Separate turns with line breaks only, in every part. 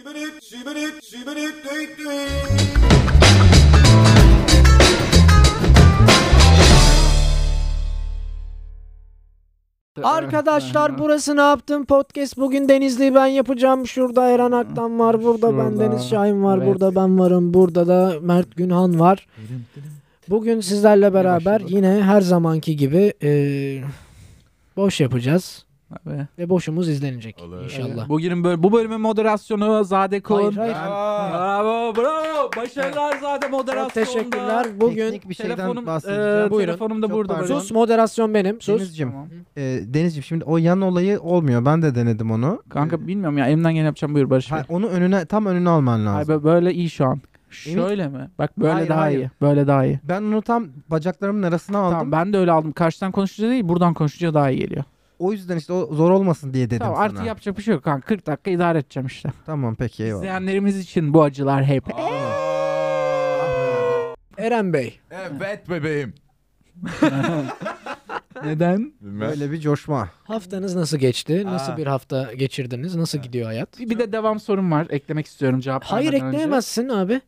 Şibirik, şibirik, şibirik, düik düik.
Arkadaşlar burası ne yaptın podcast bugün Denizli ben yapacağım şurada Eren Aktan var burada ben
Hmm, Şurada.
Deniz Şahin var
Evet.
burada ben varım burada da Mert Günhan var. Bugün sizlerle beraber
başladık.
yine her zamanki gibi eee, boş yapacağız
Abi.
ve boşumuz izlenecek
Olur.
inşallah.
Bugünün böl- bu bölümün moderasyonu Zade Kun.
Hayır, hayır.
Bravo bravo. Başarılar Zade moderasyonda.
Çok teşekkürler. Bugün
Teknik bir şeyden
Telefonum,
bahsedeceğim.
e,
Buyurun.
telefonum da
Çok
burada.
pardon.
böyle.
sus moderasyon benim sus.
Denizciğim,
Tamam.
e, Denizciğim şimdi o yan olayı olmuyor. Ben de denedim onu.
Kanka bilmiyorum ya elimden gelen yapacağım buyur Barış Bey.
Ha, onu önüne tam önüne alman
Ay,
lazım.
bö- böyle iyi şu an. Şöyle mi? Bak böyle
Hayır,
daha
hayır.
iyi. Böyle daha iyi.
Ben onu tam bacaklarımın arasına aldım.
Tamam ben de öyle aldım. Karşıdan konuşunca değil buradan konuşunca daha iyi geliyor.
O yüzden işte o zor olmasın diye dedim
tamam
sana.
artık yapacak bir şey yok kanka. 40 dakika idare edeceğim işte.
Tamam peki eyvallah.
İzleyenlerimiz için bu acılar hep.
Eren Bey
Evet bebeğim.
Neden?
Bilmem.
Böyle bir coşma.
haftanız nasıl geçti? Nasıl
Aa.
bir hafta geçirdiniz? Nasıl gidiyor hayat?
Bir de devam sorum var. Eklemek istiyorum cevap
Hayır
vermeden önce.
ekleyemezsin abi.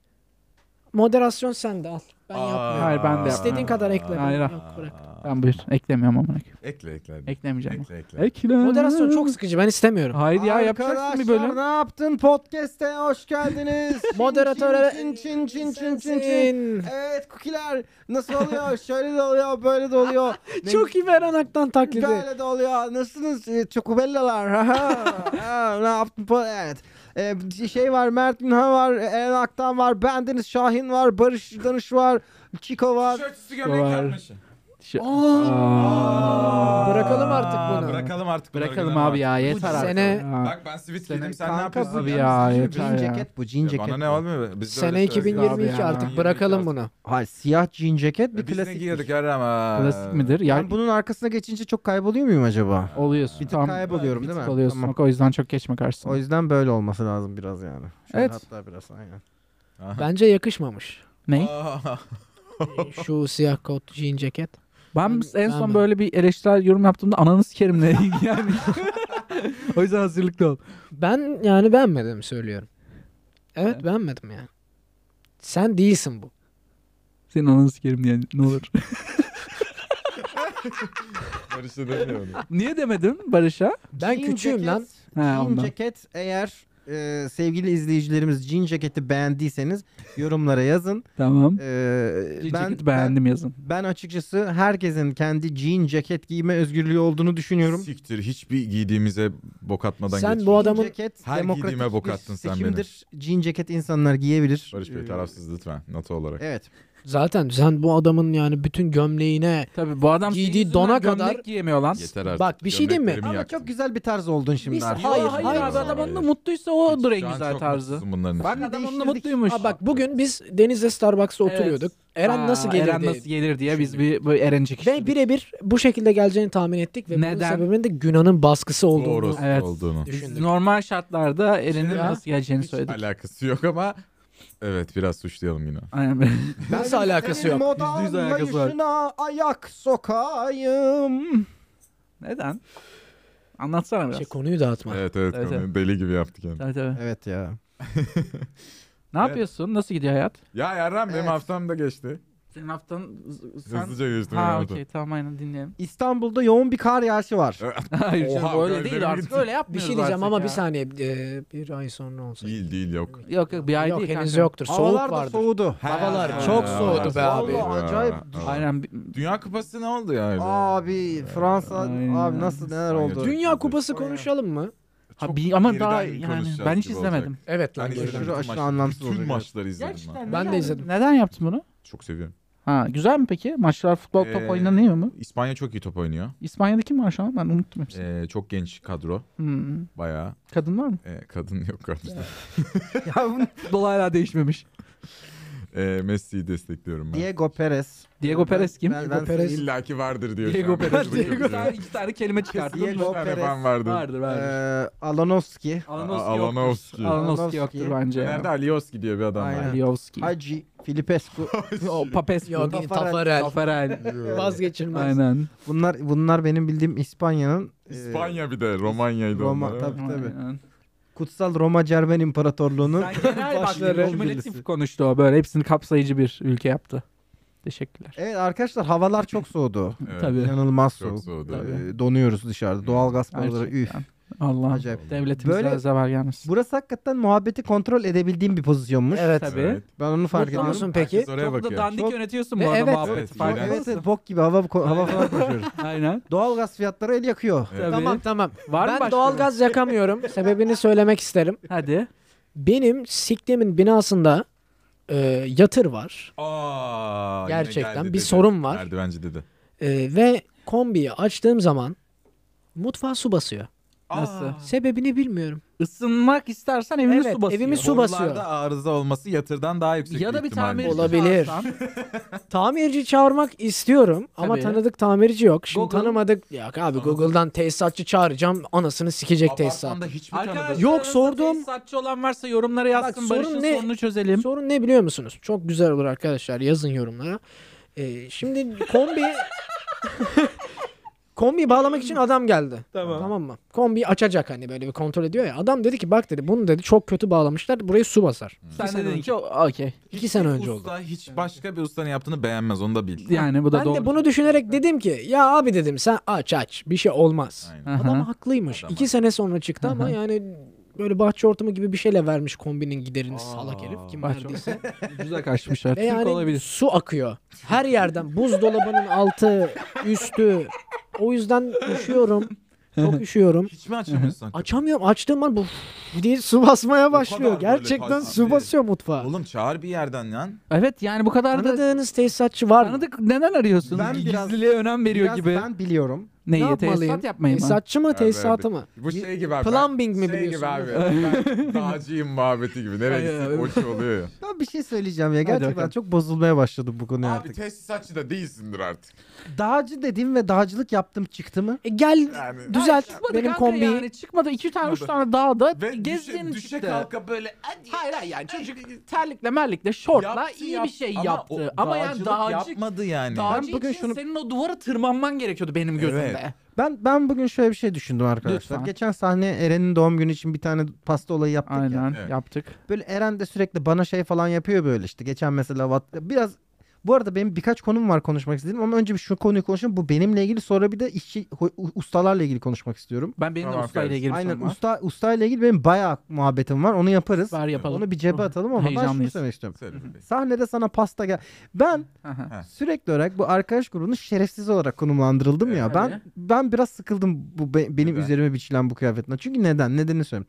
Moderasyon sende al. Ben
Aa.
yapmıyorum.
Hayır, ben de
İstediğin kadar ekle.
Hayır.
Yok, bırak.
Tamam buyur. Eklemiyorum amına koyayım.
Ekle ekle. Ekle
Eklemeyeceğim.
ekle. ekle.
Ekle.
Moderasyon çok sıkıcı ben istemiyorum.
Hayır ya yapacaksın bir
Arkadaşlar
bölüm.
ne yaptın podcast'e hoş geldiniz. Çin,
Moderatöre-
çin çin çin çin çin çin.
Sensin.
Evet kukiler nasıl oluyor? Şöyle de oluyor, böyle de oluyor. Ne
Çok iyi Eren Aktan taklidi.
Böyle de oluyor. Nasılsınız? Ee, Çokubellalar. Ha, ha. ne yaptın? Po- Evet. Ee, bir şey var. Mert Günhan var. Eren Aktan var. Bendeniz Şahin var. Barış Danış var. Çiko var.
Tişörtüsü gömlek
Var.
yapmışsın.
Aa.
Bırakalım artık
Aa,
bunu.
Bırakalım artık. bunları,
Bırakalım
gidelim
abi ya yeter artık.
sene-
Ya.
Bak ben sivit
Senin
giydim sen ne
kanka
yapıyorsun?
abi
Sen
ya,
misin?
yeter.
Jean
ya.
ceket bu. Jean ceket.
Bana
bu.
ne olmuyor? Biz de öyle
Sene
söylüyoruz.
abi
2022
ya.
artık bırakalım bunu.
Hayır siyah jean ceket bir
Biz ne
klasik.
giyiyorduk Erem ha?
Klasik midir? Ya
Ben bunun arkasına geçince çok kayboluyor muyum acaba?
oluyorsun.
Bir tık
tamam.
kayboluyorum
Bir
değil
tık
mi?
oluyorsun.
Tamam.
O yüzden çok geçme karşısına.
O yüzden böyle olması lazım biraz yani. Şöyle
Evet.
Hatta biraz aynen.
Bence yakışmamış.
Ney?
Aa,
Şu siyah kot, jean ceket.
Ben en
ben mi?
son böyle bir eleştirel yorum yaptığımda ananı sikerimle ilgilendim. o yüzden hazırlıklı ol.
Ben yani beğenmedim söylüyorum. Evet beğenmedim yani. Sen değilsin bu.
Senin ananı sikerim diye ne olur.
Barış'ı demiyorum.
Niye demedin Barış'a?
Ben
Jean
küçüğüm
ceket-
lan.
He,
jean
ondan.
ceket eğer e, sevgili izleyicilerimiz jean ceketi beğendiyseniz yorumlara yazın.
Tamam.
E,
Jean
ben-
ceketi beğendim yazın.
Ben, ben açıkçası herkesin kendi jean ceket giyme özgürlüğü olduğunu düşünüyorum.
Siktir hiçbir giydiğimize bok atmadan
Sen
geç.
bu adamın-
Jean ceket
Her
demokratik
giydiğime bok
bir
attın sen
seçimdir. Jean ceket insanlar giyebilir.
Barış Bey
Ee,
tarafsız lütfen. NATO olarak.
Evet.
Zaten sen bu adamın yani bütün gömleğine
Tabii bu adam
Giydiği
senin yüzünden
dona
gömlek
kadar-
giyemiyor lan.
Yeter artık.
Bak, bir şey diyeyim mi?
gömleklerimi
Ama
yaktın.
çok güzel bir tarz oldun şimdi.
Biz-
artık.
Hayır,
Yo,
hayır.
abi, adam onunla
Hayır.
mutluysa odur en
Şu an
güzel
çok
tarzı.
mutsuzum bunların için.
Bak adam onunla
değiştirdik.
mutluymuş.
Aa bak bugün biz Deniz'le Starbucks'ta
Evet.
oturuyorduk. Eren
Aa,
nasıl gelir
Eren
diye.
nasıl gelir diye biz bir böyle Eren
Ve
çekiştirdik.
birebir bu şekilde geleceğini tahmin ettik ve bunun
Neden?
sebebinin de Günan'ın baskısı olduğunu
Doğrusu
Evet.
olduğunu.
Biz
düşündük. Şey,
normal şartlarda Eren'in
Ya.
nasıl geleceğini söyledik.
şey Alakası yok ama evet biraz suçlayalım yine.
Aynen.
Nasıl alakası yok?
Modanın
Yüzde yüz alakası var.
yayışına ayak sokayım.
Neden? Anlatsana biraz.
Şey, konuyu dağıtma.
Evet evet,
Evet,
konu- deli gibi yaptık yani.
Tabii, tabii.
Evet ya.
Ne yapıyorsun? Nasıl gidiyor hayat?
Ya Erhan benim
Evet.
haftam da geçti.
Senin haftan z- sen...
Hızlıca geçti benim
Ha
haftam.
okey tamam aynen dinleyelim.
İstanbul'da yoğun bir kar yağışı var.
Hayır canım,
Oha,
öyle
gözlerim
değil artık
gitti.
öyle
Bir
yapmıyoruz
şey diyeceğim
artık
ama
ya.
bir saniye e, bir ay sonra olsa.
Değil değil yok.
Yok yok bir ay
Yok
değil
henüz
kanka.
yoktur.
Havalar
Soğuk
da
vardır.
soğudu.
Havalar
Ha,
çok
ha,
soğudu be abi.
Vallahi acayip.
Ha, ha.
Aynen. bi-
Dünya kupası ne oldu ya? öyle?
Abi Fransa
Aynen.
abi nasıl neler
Aynen.
oldu?
Dünya Kupası konuşalım mı?
Ha,
Çok
bir, ama
geriden
daha yani
konuşacağız
ben hiç
gibi
izlemedim.
olacak.
Evet lan
Hani
geriden.
şaşırıyorum.
bütün
Aşırı
maçlar-
anlamsız
Bütün
oluyor.
maçları izledim ben.
Ben de
neden-
izledim.
Neden yaptın bunu?
Çok seviyorum.
Ha güzel mi peki? Maçlar futbol top
Ee,
oynanıyor mu?
İspanya çok iyi top oynuyor.
İspanya'da kim var şu an? Ben unuttum hepsini.
Ee, çok genç kadro.
Hmm.
Bayağı.
Kadın var mı?
Ee, kadın yok kardeşim.
Ya bunu-
Futbol hala değişmemiş.
Ee, Messi'yi destekliyorum ben.
Diego Perez.
Diego Perez kim?
Ben,
Diego
ben
Perez.
Sevilla-
İlla ki vardır diyor.
Diego
şu an.
Perez.
Bu çok
Diego
güzel.
tane, iki tane kelime çıkardın mı?
Diego
Bir tane
Perez. Ee,
ben vardır.
Vardır vardır.
Eee, Alanoski.
Alanovski
Alanovski.
yoktur. Alanovski
Alanovski.
yoktur bence.
Nerede
ya.
Alioski diye bir adam var.
Aynen.
Alioski.
Hacı Filipescu.
O Papescu.
Yok
Tafarel.
Tafarel.
Tafarel.
Vazgeçilmez.
Aynen.
bunlar bunlar benim bildiğim İspanya'nın eee,
İspanya bir de Romanya'ydı
Roma-
onlar.
tabii.
Aynen.
Kutsal Roma Cermen İmparatorluğu'nun
Sen genel bak,
başları.
cumhuratif konuştu o böyle. Hepsini kapsayıcı bir ülke yaptı. Teşekkürler.
Evet arkadaşlar havalar çok soğudu.
Evet.
Tabii.
İnanılmaz
Çok
soğuk.
soğudu.
Tabii.
Ee, Donuyoruz dışarıda. Doğal gaz paraları üf.
Gerçekten. Allah.
Acayip.
Devletimize
Böyle-
zarar gelmesin.
Burası hakikaten muhabbeti kontrol edebildiğim bir pozisyonmuş.
Evet.
Tabii.
Evet.
Ben onu fark
Mutlu
ediyorum.
musun peki?
Herkes oraya
Çok da
bakıyor.
dandik
Çok-
yönetiyorsun
E,
bu arada
evet.
muhabbeti.
Evet,
fark
iğrenç.
Evet,
ediyorsun.
evet bok gibi hava hava falan konuşuyoruz.
Aynen.
Doğal gaz fiyatları el yakıyor.
Evet.
Tamam tamam.
Var mı
ben
başka
doğalgaz yakamıyorum. Sebebini söylemek isterim.
Hadi.
Benim siktimin binasında e, yatır var
Aa, yine
Gerçekten
geldi
bir
dedi.
sorun var.
Merdivenci dedi.
E, ve kombiyi açtığım zaman mutfağa su basıyor.
Nasıl?
Sebebini bilmiyorum.
Isınmak istersen evini
Evet,
su basıyor.
evimi su-
Borularda
basıyor.
arıza olması yatırdan daha yüksek
ya da
bir
bir
ihtimal.
tamirci
Olabilir.
çağırsan,
Tamirci çağırmak istiyorum ama
Tabii.
tanıdık tamirci yok. Şimdi
Google.
tanımadık. Ya abi Google'dan tesisatçı çağıracağım. Anasını sikecek tesisat.
Apartmanda hiç mi tanıdın?
Arkadaşlar
Yok,
aranızda
sordum.
tesisatçı olan varsa yorumlara yazsın.
sorun
Barış'ın
ne?
sorununu çözelim.
Sorun ne biliyor musunuz? Çok güzel olur arkadaşlar. Yazın yorumlara. Ee, şimdi kombi kombiyi bağlamak için adam geldi. Tamam. mı? Kombiyi açacak hani böyle bir kontrol ediyor ya. Adam dedi ki bak dedi bunu dedi çok kötü bağlamışlar. Burayı su basar.
Sen de dedin ki okey.
İki sene önce oldu.
Usta hiç başka bir ustanın yaptığını beğenmez onu da bil.
Yani bu da
ben
doğru.
de bunu düşünerek dedim ki ya abi dedim sen aç aç bir şey olmaz.
Aynen.
Aha.
Adam haklıymış.
Adam
İki sene sonra çıktı ama
Aha.
yani böyle bahçe ortamı gibi bir şeyle vermiş kombinin giderini salak herif kim
bahçe
verdiyse.
Ucuza kaçmış
Ve
artık.
E, yani
olabilir.
su akıyor. Her yerden buzdolabının altı, üstü. O yüzden üşüyorum. Çok üşüyorum.
Hiç mi açamıyorsun?
Açamıyorum. Açtığım an bu diye su basmaya başlıyor.
böyle
Gerçekten su
pasifli.
basıyor mutfağa.
Oğlum çağır bir yerden lan.
Evet yani bu kadar da
Tanıdığınız tesisatçı var mı?
tanıdık neden arıyorsun?
Ben biraz-
Gizliliğe önem veriyor
Biraz
gibi.
ben biliyorum.
Ne
Neyi?
yapmalıyım?
Tesisat yapmayı mı?
Tesisatçı mı,
Abi,
tesisatı mı?
Bu şey gibi abi.
Plumbing mi
şey
biliyorsun?
Gibi abi. ben dağcıyım muhabbeti gibi. Nereye gitsek
Aynen,
boşu oluyor ya.
Ben bir şey söyleyeceğim ya. Gerçekten
bakalım.
çok bozulmaya başladım bu konuya
Abi
artık.
tesisatçı da değilsindir artık.
Dağcı dedim ve dağcılık yaptım çıktı mı?
E gel
Yani.
düzelt
Çıkmadı
benim
kanka
kombiyi.
Yani. Çıkmadı. iki tane, üç
Çıkmadı.
tane dağda
Ve
gezdiğin
düşe, düşe
çıktı.
kalka böyle
Hayır hayır yani çocuk terlikle merlikle şortla
Yaptı,
iyi
yaptı.
bir şey
Ama o
yaptı. Ama, yani
dağcılık
dağcı,
yapmadı yani.
dağcı
Ben bugün
için
şunu-
senin o duvara tırmanman gerekiyordu benim gözümde.
Evet.
Ben ben bugün şöyle bir şey düşündüm arkadaşlar.
Lütfen.
Geçen sahne Eren'in doğum günü için bir tane pasta olayı yaptık ya.
Aynen
Evet.
yaptık.
Böyle Eren de sürekli bana şey falan yapıyor böyle işte. Geçen mesela Whats- biraz bu arada benim birkaç konum var konuşmak istediğim ama önce bir şu konuyu konuşayım. Bu benimle ilgili sonra bir de işçi hu- ustalarla ilgili konuşmak istiyorum.
Ben benim
Tamam,
de ustayla
kardeşim.
ilgili
Aynen
sorun var.
usta ustayla ilgili benim bayağı muhabbetim var. Onu yaparız.
Var yapalım.
Onu bir cebe atalım ama ben şunu
Heyecanlıyız.
söylemek istiyorum.
Sebebi.
Sahnede sana pasta gel. Ben
Aha.
sürekli olarak bu arkadaş grubunu şerefsiz olarak konumlandırıldım ya.
Evet.
Ben ben biraz sıkıldım bu be- benim
Neden?
üzerime biçilen bu kıyafetten. Çünkü neden? Nedenini söyleyeyim.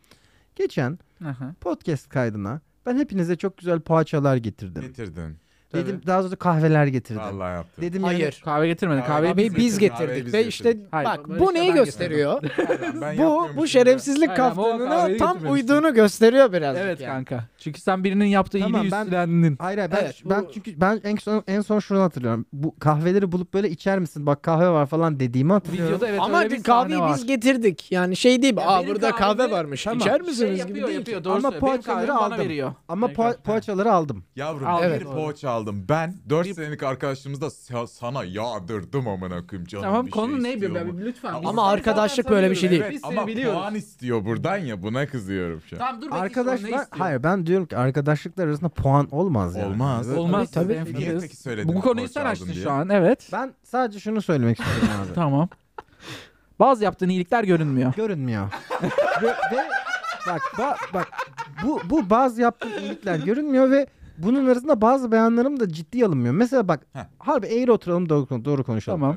Geçen
Aha.
podcast kaydına ben hepinize çok güzel poğaçalar getirdim.
Getirdin.
Dedim daha doğrusu kahveler getirdim.
Vallahi yaptın.
Dedim yani-
Hayır.
Kahve getirmedik.
Kahve-
Kahveyi
Kahveyi biz
getirdik.
getirdik
Kahveyi
ve
biz
işte
getirdik.
Hayır,
bak
bak
bu
işte
neyi
ben
gösteriyor?
Ben
bu
yapmıyormuşum
bu
ya.
şerefsizlik
Aynen, bu
kaftanına
kahveyi
tam
getirmemiştim.
uyduğunu gösteriyor biraz.
Evet
yani.
kanka. Çünkü sen birinin yaptığı
Tamam,
iyiliği
ben-
üstlendin.
Hayır hayır, ben,
Evet, bu-
ben çünkü ben en son en son şunu hatırlıyorum. Bu kahveleri bulup böyle içer misin? Bak kahve var falan dediğimi hatırlıyorum.
Videoda evet
Ama
öyle bir
kahveyi
sahne
biz
var.
getirdik. Yani şey değil.
Ya
Aa
benim
burada kahve
kahvemi-
varmış.
Tamam.
İçer misiniz
Şey
gibi
yapıyor,
değil.
yapıyor, doğru
Ama
söylüyor. Benim
poğaçaları
kahvemi bana
aldım.
veriyor.
Ama
Tekrar.
po- poğaçaları aldım.
Yavrum
Al,
bir
evet.
poğaça aldım. Ben 4 senelik arkadaşımızda sa- sana yağdırdım amına koyayım canım
Tamam
bir
konu
şey
ne
istiyor
be?
mu?
Lütfen.
Ama
Biz seni
arkadaşlık
zaten
böyle bir şey
tanıyoruz.
değil.
Biz seni
Ama
biliyoruz.
puan istiyor buradan ya buna kızıyorum şu an.
Tamam dur bakayım sonra ne
Arkadaşlar
istiyor?
hayır ben diyorum ki arkadaşlıklar arasında puan olmaz yani.
Olmaz.
Olmaz. Biz
Tabii, tabii.
en
Niye
fikiriz.
peki söyledin?
Bu konuyu
poğaça
sen
aldın
açtın
diye?
şu an evet.
Ben sadece şunu söylemek istiyorum abi.
Tamam. Bazı yaptığın iyilikler görünmüyor.
Görünmüyor. ve, ve bak ba- bak bu bu bazı yaptığım iyilikler görünmüyor ve bunun arasında bazı beyanlarım da ciddiye alınmıyor. Mesela bak
Heh.
harbi eğri oturalım doğru, konu- doğru konuşalım.
Tamam.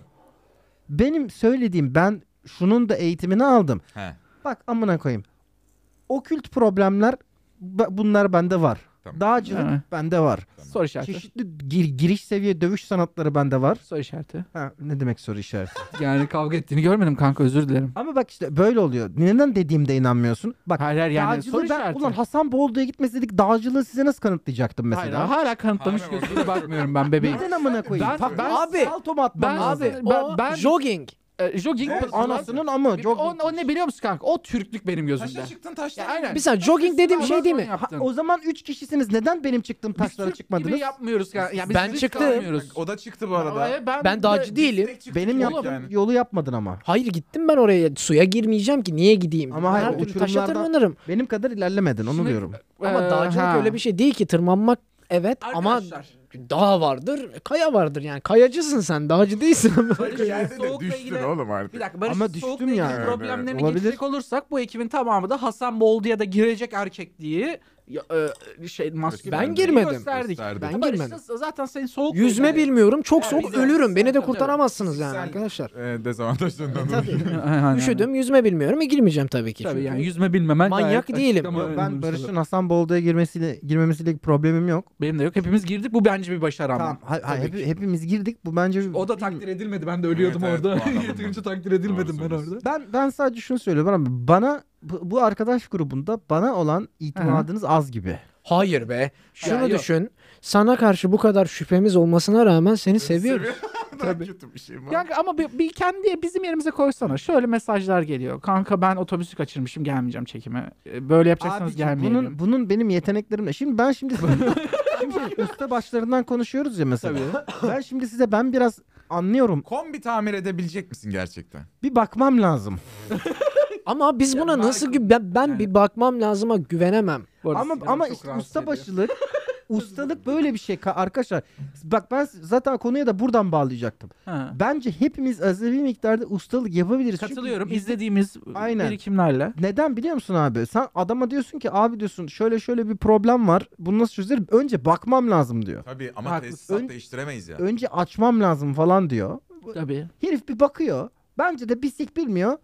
Benim söylediğim ben şunun da eğitimini aldım.
He.
Bak amına koyayım. Okült problemler ba- bunlar bende var.
Tamam.
Dağcılık
Ha.
bende var.
Soru işareti.
Çeşitli gir- giriş seviye dövüş sanatları bende var.
Soru işareti.
Ha, ne demek soru işareti?
Yani kavga ettiğini görmedim kanka özür dilerim.
Ama bak işte böyle oluyor. Neden dediğimde inanmıyorsun? Bak
Hayır hayır yani
dağcılığı
soru
ben,
işareti.
ulan Hasan Boldu'ya gitmeseydik dağcılığı size nasıl kanıtlayacaktım
Hayır,
mesela?
hala kanıtlamış
Hala
gözüyle bakmıyorum ben bebeğim.
Neden amına koyayım?
Ben-
Ta- ben
Abi,
salto mu atmam
ben-
lazım?
Abi
Ben-
o
ben-
jogging.
e, jogging
Ne?
anasını
Anasının ama
o,
çok...
o ne biliyor musun kanka? O Türklük benim gözümde.
Taşa çıktın taştan.
Ya aynen.
Bir saniye jogging dediğim şey değil mi?
Ha, o zaman 3 kişisiniz. Neden benim çıktığım taşlara çıkmadınız?
Gibi yapmıyoruz kanka. Ya biz
Ben
risk
çıktım.
almıyoruz.
O da çıktı bu arada.
Ama Ben,
Ben daha
de-
ciddiyim.
Tek çıktı
Benim
çünkü
yaptığım
yani.
yolu yapmadın ama.
Hayır gittim ben oraya. Suya girmeyeceğim ki. Niye gideyim?
Ama hayır,
Her türlü taşa
uçurumlardan-
tırmanırım.
Benim kadar ilerlemedin onu
Şimdi-
diyorum.
Ama
Ee,
dağcılık
ha.
öyle bir şey değil ki. Tırmanmak evet
Arkadaşlar.
ama dağ vardır, kaya vardır yani. Kayacısın sen, dağcı değilsin.
Barış gelse de
soğukla
düştün
ilgili-
oğlum artık.
Bir dakika Barış
Ama
soğukla
düştüm
ilgili
yani.
Evet,
problemlerine
evet. Olabilir.
geçecek olursak bu ekibin tamamı da Hasan Boldu'ya da girecek erkekliği ya, e, şey maskülenliği
Ben
girmedim.
Gösterdik.
Gösterdik.
Ben
Barış,
girmedim.
sen- zaten senin soğuk
Yüzme
bir
bilmiyorum. Çok
Ya
soğuk
bize-
ölürüm. Beni de
Tabii.
kurtaramazsınız yani
Sen-
arkadaşlar.
Ee, dezavantajlarından dolayı.
Tabii. Üşüdüm, yüzme bilmiyorum. E girmeyeceğim tabii ki.
Tabii
çünkü.
yani yüzme bilmemen
Manyak
gayet açık
değilim.
ama
Ben
önümüzde-
Barış'ın Hasan Boldu'ya girmesiyle girmemesiyle bir problemim yok.
Benim de yok. Hepimiz girdik. Bu bence bir başarı ama.
Tamam. ha- ha-
Tabii
hep-
ki.
hepimiz girdik. Bu bence
O da takdir edilmedi. Ben de ölüyordum
Evet, evet,
orada.
bu adam
Yeterince
bilmedi.
takdir edilmedim ben
söylüyorsun.
orada.
Ben ben sadece şunu söylüyorum abi. Bana bu, bu arkadaş grubunda bana olan itimadınız az gibi.
Hayır be. Şunu
Ya yok.
düşün. Sana karşı bu kadar şüphemiz olmasına rağmen seni seviyoruz.
Tabii. Kötü bir şey mi?
Kanka ama bir, bir kendi bizim yerimize koysana. Şöyle mesajlar geliyor. Kanka ben otobüsü kaçırmışım gelmeyeceğim çekime. E, Böyle yapacaksanız
Abiciğim,
gelmeyelim.
bunun bunun benim yeteneklerimle. Şimdi ben şimdi şimdi usta başlarından konuşuyoruz ya mesela. Ben şimdi size ben biraz anlıyorum.
Kombi tamir edebilecek misin gerçekten?
Bir bakmam lazım.
Ama biz buna nasıl gü- ben, ben bir bakmam lazıma güvenemem.
Ama ama işte usta başılık ustalık böyle bir şey ka- arkadaşlar. Bak ben zaten konuya da buradan bağlayacaktım. Bence hepimiz az bir miktarda ustalık yapabiliriz. Çünkü
Katılıyorum.
biz-
izlediğimiz
Aynen.
birikimlerle.
Neden biliyor musun abi? Sen adama diyorsun ki abi diyorsun şöyle şöyle bir problem var. Bunu nasıl çözerim? Önce bakmam lazım diyor.
Tabii ama
Haklısın.
tesisat
Ön-
değiştiremeyiz ya.
Önce açmam lazım falan diyor.
Tabii.
Herif bir bakıyor. Bence de bisik bilmiyor.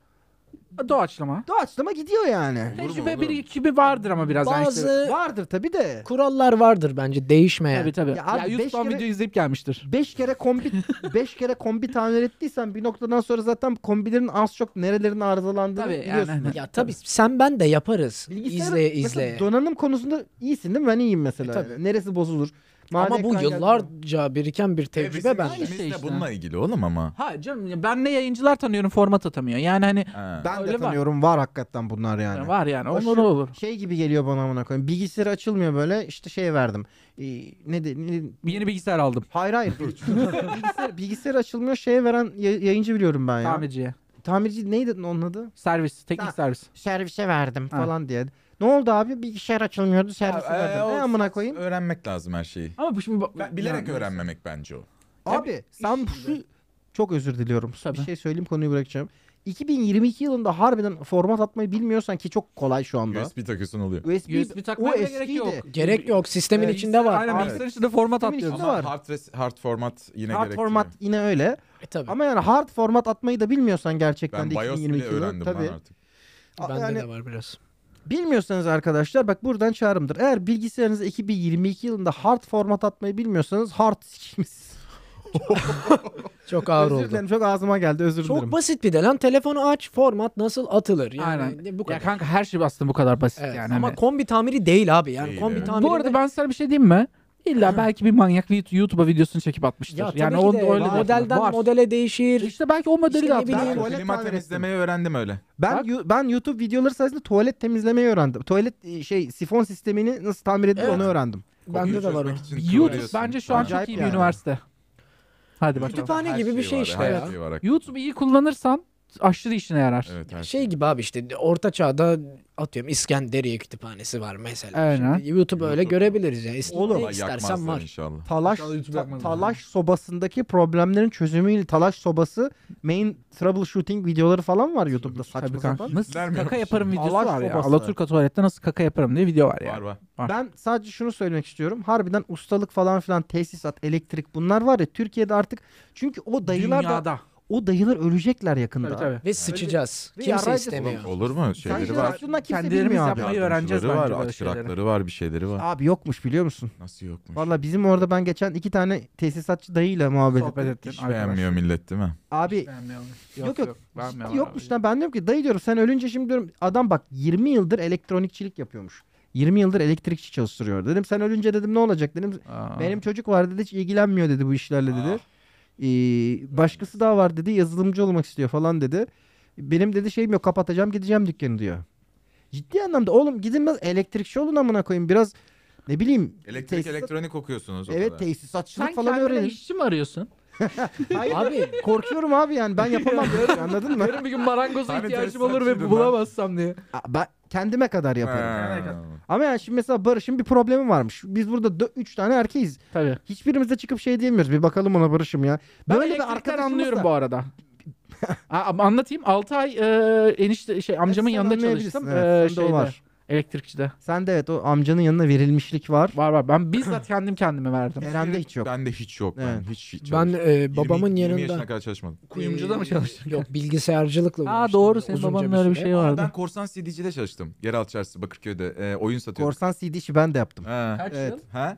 Doğaçlama.
Doğaçlama gidiyor yani.
Olur mu,
Tecrübe
olur.
birikimi vardır ama biraz. yani işte-
Bazı
Vardır tabi de.
kurallar vardır bence değişmeyen.
Tabii tabii.
Ya abi
Ya,
beş
YouTube'dan
kere-
video izleyip gelmiştir.
5 kere kombi 5 kere kombi tamir ettiysen bir noktadan sonra zaten kombilerin az çok nerelerin arızalandığını
Tabii,
biliyorsun.
yani.
Ya tabii sen ben de yaparız.
Bilgisayarın-
izleye
Mesela
izleye.
donanım konusunda iyisin değil mi? Ben iyiyim mesela.
E, tabii.
Neresi bozulur? Mavi
Ama bu
ekran geldi mi?
yıllarca biriken bir
Ee,
tecrübe
bizim
bende.
işimiz
İşte
de
işte.
bununla ilgili oğlum ama.
Ha canım ya ben ne yayıncılar tanıyorum format atamıyor. Yani hani
Ha.
Ben de
Öyle var.
tanıyorum var. hakikaten bunlar yani.
var yani
Aşırı-
olur olur.
Şey gibi geliyor bana amına koyayım. Bilgisayarı açılmıyor böyle. İşte şey verdim. Ee, ne de ne-
Bir yeni bilgisayar aldım.
hayır hayır. bilgisayar, bilgisayar açılmıyor. Şeye veren ya- yayıncı biliyorum ben ya.
Tamirciye.
Tamirci neydi onun adı?
Servis, teknik
Ha.
servis.
Servise verdim
Ha.
falan diye. Ne oldu abi? Bilgisayar açılmıyordu. Servise
Ya,
verdim.
e,
Ne
o-
amına koyayım?
Öğrenmek lazım her şeyi.
Ama bu şimdi bak-
Ben- bilerek
yani-
öğrenmemek bence o.
Abi sen bu çok özür diliyorum.
Tabii.
Bir şey söyleyeyim konuyu bırakacağım. 2022 yılında harbiden format atmayı bilmiyorsan ki çok kolay şu anda.
USB takıyorsun oluyor.
USB,
USB takmaya bile gerek yok.
Gerek yok sistemin
E,
Ee,
içinde var.
Aynen
Evet.
bilgisayarın içinde format
Sistemin
atlıyoruz.
içinde- var.
Ama hard, res- hard format yine
Hard
gerekiyor.
format yine öyle.
E, tabii.
Ama yani hard format atmayı da bilmiyorsan gerçekten
Ben
de
BIOS
2022
bile
yılı.
öğrendim
Tabii.
ben artık.
A-
Bende
yani
de var biraz.
bilmiyorsanız arkadaşlar bak buradan çağrımdır. Eğer bilgisayarınızı 2022 yılında hard format atmayı bilmiyorsanız hard sikimiz.
Çok ağır
özür
oldu.
dilerim çok ağzıma geldi özür dilerim.
Çok basit bir de lan. Telefonu aç, format nasıl atılır? Yani
Aynen.
bu
Ya
kadar.
kanka her şey aslında bu kadar basit
Evet,
yani.
Ama
hani.
kombi tamiri değil abi. Yani
Değil,
kombi
evet.
tamiri
bu arada
de-
ben sana bir şey diyeyim mi? İlla belki bir manyak bir YouTube'a videosunu çekip atmıştır.
ya tabii
yani
ki
o
de
öyle de
modelden
var.
modele değişir.
İşte belki o modeli
İşte
de
şey
ne
atmış.
bileyim.
Ben
tuvalet
klima
tamir
temizlemeyi öğrendim öyle.
Ben
Bak.
Yu- ben YouTube videoları sayesinde tuvalet temizlemeyi öğrendim. Tuvalet e, şey sifon sistemini nasıl tamir edilir
Evet.
onu öğrendim.
Bende de var o.
YouTube bence şu an çok
Acayip
iyi bir
yani.
üniversite. Hadi bakalım.
Kütüphane gibi bir şey işte ya.
YouTube iyi kullanırsan aşırı işine yarar.
Evet, her
Şey gibi abi işte orta çağda atıyorum İskenderiye kütüphanesi var mesela.
Aynen.
Şimdi YouTube öyle
YouTube.
görebiliriz ya. İst-
Oğlum,
ne
Allah
istersen
yakmazlar
var.
inşallah.
Talaş
İnşallah YouTube
ta-
yapmaz yani.
talaş sobasındaki problemlerin çözümüyle talaş sobası main troubleshooting videoları falan var YouTube'da saçma
Tabii kanka.
sapan.
Nasıl
İzler mi
kaka
yapmış?
yaparım videosu
Allah
var ya.
babası.
Alaturka tuvalette nasıl kaka yaparım diye video var ya.
Var var.
Ben sadece şunu söylemek istiyorum. Harbiden ustalık falan filan tesisat, elektrik bunlar var ya Türkiye'de artık çünkü o dayılar da
Dünyada.
o dayılar ölecekler yakında.
Tabii tabii.
Ve sıçacağız.
Ve
Kimse
yarayacağız.
istemiyor.
Oğlum, olur mu? Şeyleri var.
Generasyonlar kimse
Kendilerimiz
bilmiyor abi.
yapmayı öğreneceğiz
Yardımcıları
bence
var,
böyle şeyleri.
çırakları var, bir şeyleri var.
Abi yokmuş biliyor musun?
Nasıl yokmuş?
Valla bizim orada ben geçen iki tane tesisatçı dayıyla muhabbet
Sohbet
ettim.
ettin.
Hiç
arkadaş.
beğenmiyor millet değil mi?
Abi
Beğenmiyorum.
Yok, yok.
Beğenmiyorum
Ciddi
abi.
yokmuş lan ben diyorum ki dayı diyorum sen ölünce şimdi diyorum adam bak 20 yıldır elektronikçilik yapıyormuş. 20 yıldır elektrikçi çalıştırıyor. Dedim sen ölünce dedim ne olacak dedim.
Aa.
Benim çocuk var dedi hiç ilgilenmiyor dedi bu işlerle dedi. Ee, başkası daha var dedi yazılımcı olmak istiyor falan dedi. Benim dedi şeyim yok kapatacağım gideceğim dükkanı diyor. Ciddi anlamda oğlum gidin biraz elektrikçi olun amına koyayım biraz ne bileyim.
Elektrik
tesisat-
elektronik okuyorsunuz o
Evet
kadar.
tesisatçılık
Sen
falan
kendine
öğrenin.
işçi mi arıyorsun?
Abi
Korkuyorum abi yani ben yapamam diyorum anladın mı?
Yarın bir gün marangoza
Abi
ihtiyacım
tesisatçıydım
olur ve
Hani ben.
bulamazsam diye.
Aa, Ben kendime kadar yaparım.
Ha.
Ama yani şimdi mesela Barış'ın bir problemi varmış. Biz burada 3 tane erkeğiz.
Tabii.
Hiçbirimiz de çıkıp şey diyemiyoruz. Bir bakalım ona Barış'ım ya.
Ben
Böyle bir
elektrikten
arkadaşımız
anlıyorum
da-
bu arada. A- ama anlatayım. 6 ay e, enişte şey amcamın
sen
yanında
anlayabilirsin,
çalıştım.
evet.
E,
Sende o
şeyde,
var.
Elektrikçide.
Sen de evet o amcanın yanına verilmişlik var.
Var var. Ben bizzat kendim kendime verdim.
Eren'de hiç yok.
Bende hiç yok. Ben
Evet.
hiç hiç
ben
çalışmadım.
e,
20
babamın
20
yanında
yaşına kadar çalışmadım.
Kuyumcuda mı çalıştın?
Yok bilgisayarcılıkla
Aa
uğraştım
doğru
ben
senin
uzunca
babanın öyle bir şey
süre.
şey
şeyi vardı.
Ben korsan CD'cide çalıştım. Yeraltı çarşısı Bakırköy'de. Ee, oyun satıyordum.
Korsan CD işi ben de yaptım.
Ha.
Evet. yıl?
ha?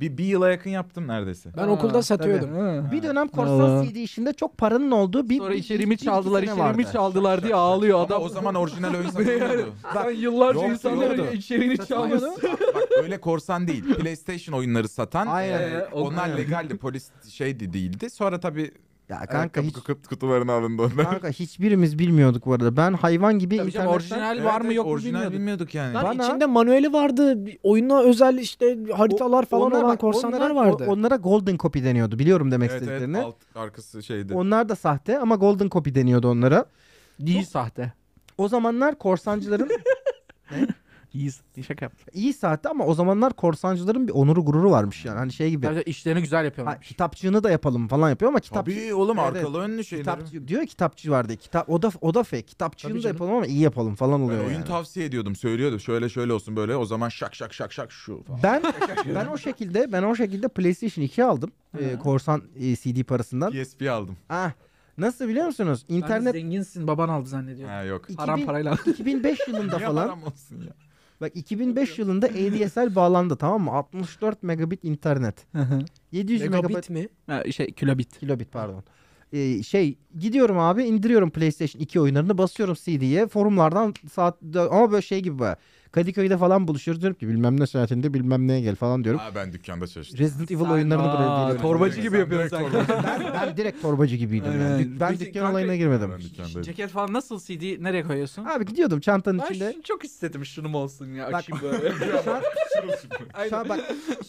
Bir, bir yıla yakın yaptım neredeyse.
Ben
Aa,
okulda satıyordum.
Ha.
Bir dönem
Aa.
korsan CD işinde çok paranın olduğu bir
Sonra
bir-
içerimi
bir-
çaldılar,
bir sene
içerimi
vardı.
çaldılar diye ağlıyor
Ama
adam.
o zaman orijinal oyun
yani?
satılmıyordu.
Sen yıllarca
Yok,
insanların
yoktu.
içeriğini çalmışsın.
Bak, bak öyle korsan değil. PlayStation oyunları satan.
Aynen.
e,
Ee,
onlar
aynen.
legaldi. Polis şeydi değildi. Sonra tabii e,
Ya kanka
kanka
hiç,
kutularını alındı onlar.
kanka hiçbirimiz bilmiyorduk bu arada. Ben hayvan gibi
Tabii canım,
internetten
orijinal var mı yok mu
orijinal
bilmiyorduk.
bilmiyorduk yani.
Lan
Bana-
içinde manueli vardı. bir Oyuna özel işte haritalar
O-
falan
onlar
olan
bak,
korsanlar
onlara-
vardı.
o- Onlara golden copy deniyordu. Biliyorum demek
evet evet
istediklerini.
alt arkası şeydi.
Onlar da sahte ama golden copy deniyordu onlara.
İyi sahte.
O zamanlar korsancıların
İyi sahte. Şaka yaptım.
iyi sahte ama o zamanlar korsancıların bir onuru gururu varmış yani. Hani şey gibi.
Tabii işlerini güzel
Ha,
yapıyorlar.
kitapçığını da yapalım falan yapıyor ama kitap
Tabii oğlum
Evet,
arkalı önlü şeyleri.
kitapçı Şey, diyor ya, kitapçı vardı. Kitap o da o da fake. Kitapçığını
Tabii
da
canım.
yapalım ama iyi yapalım falan
Ben
oluyor.
oyun
yani.
tavsiye ediyordum. Söylüyordu şöyle şöyle olsun böyle. O zaman şak şak şak şak şu falan.
Ben ben o şekilde ben o şekilde PlayStation 2 aldım. Ee, korsan e, CD parasından.
PSP aldım.
Ah, nasıl biliyor musunuz?
İnternet...
İnternet
Zenginsin baban aldı zannediyor.
Ha yok.
İki-
Haram
2000
parayla.
2005 yılında
Niye
falan.
param olsun ya?
Bak 2005 yılında ADSL bağlandı tamam mı? 64 megabit internet. 700 megabit
Megabit mi?
Ha, şey kilobit.
kilobit pardon. Ee, şey gidiyorum abi indiriyorum PlayStation 2 oyunlarını basıyorum CD'ye forumlardan saat ama böyle şey gibi böyle. Kadıköy'de falan buluşuyoruz diyorum ki bilmem ne saatinde bilmem neye gel falan diyorum.
Aa ben dükkanda çalıştım.
Resident Evil
Sen-
oyunlarını buraya
Aa,
veriyorum.
torbacı gibi
Sen
yapıyorsun
direkt
sen.
torbacı.
ben, ben direkt torbacı gibiydim. Yani.
Aynen.
Dük- Ben
Peki,
dükkan
kanka-
olayına girmedim.
Ben dükkandaydım.
Ceket falan nasıl CD nereye koyuyorsun?
Abi gidiyordum çantanın
ben
içinde.
şunu çok istedim şunum olsun ya
Bak-
açayım böyle.
Şu an, şu an
Aynen.
bak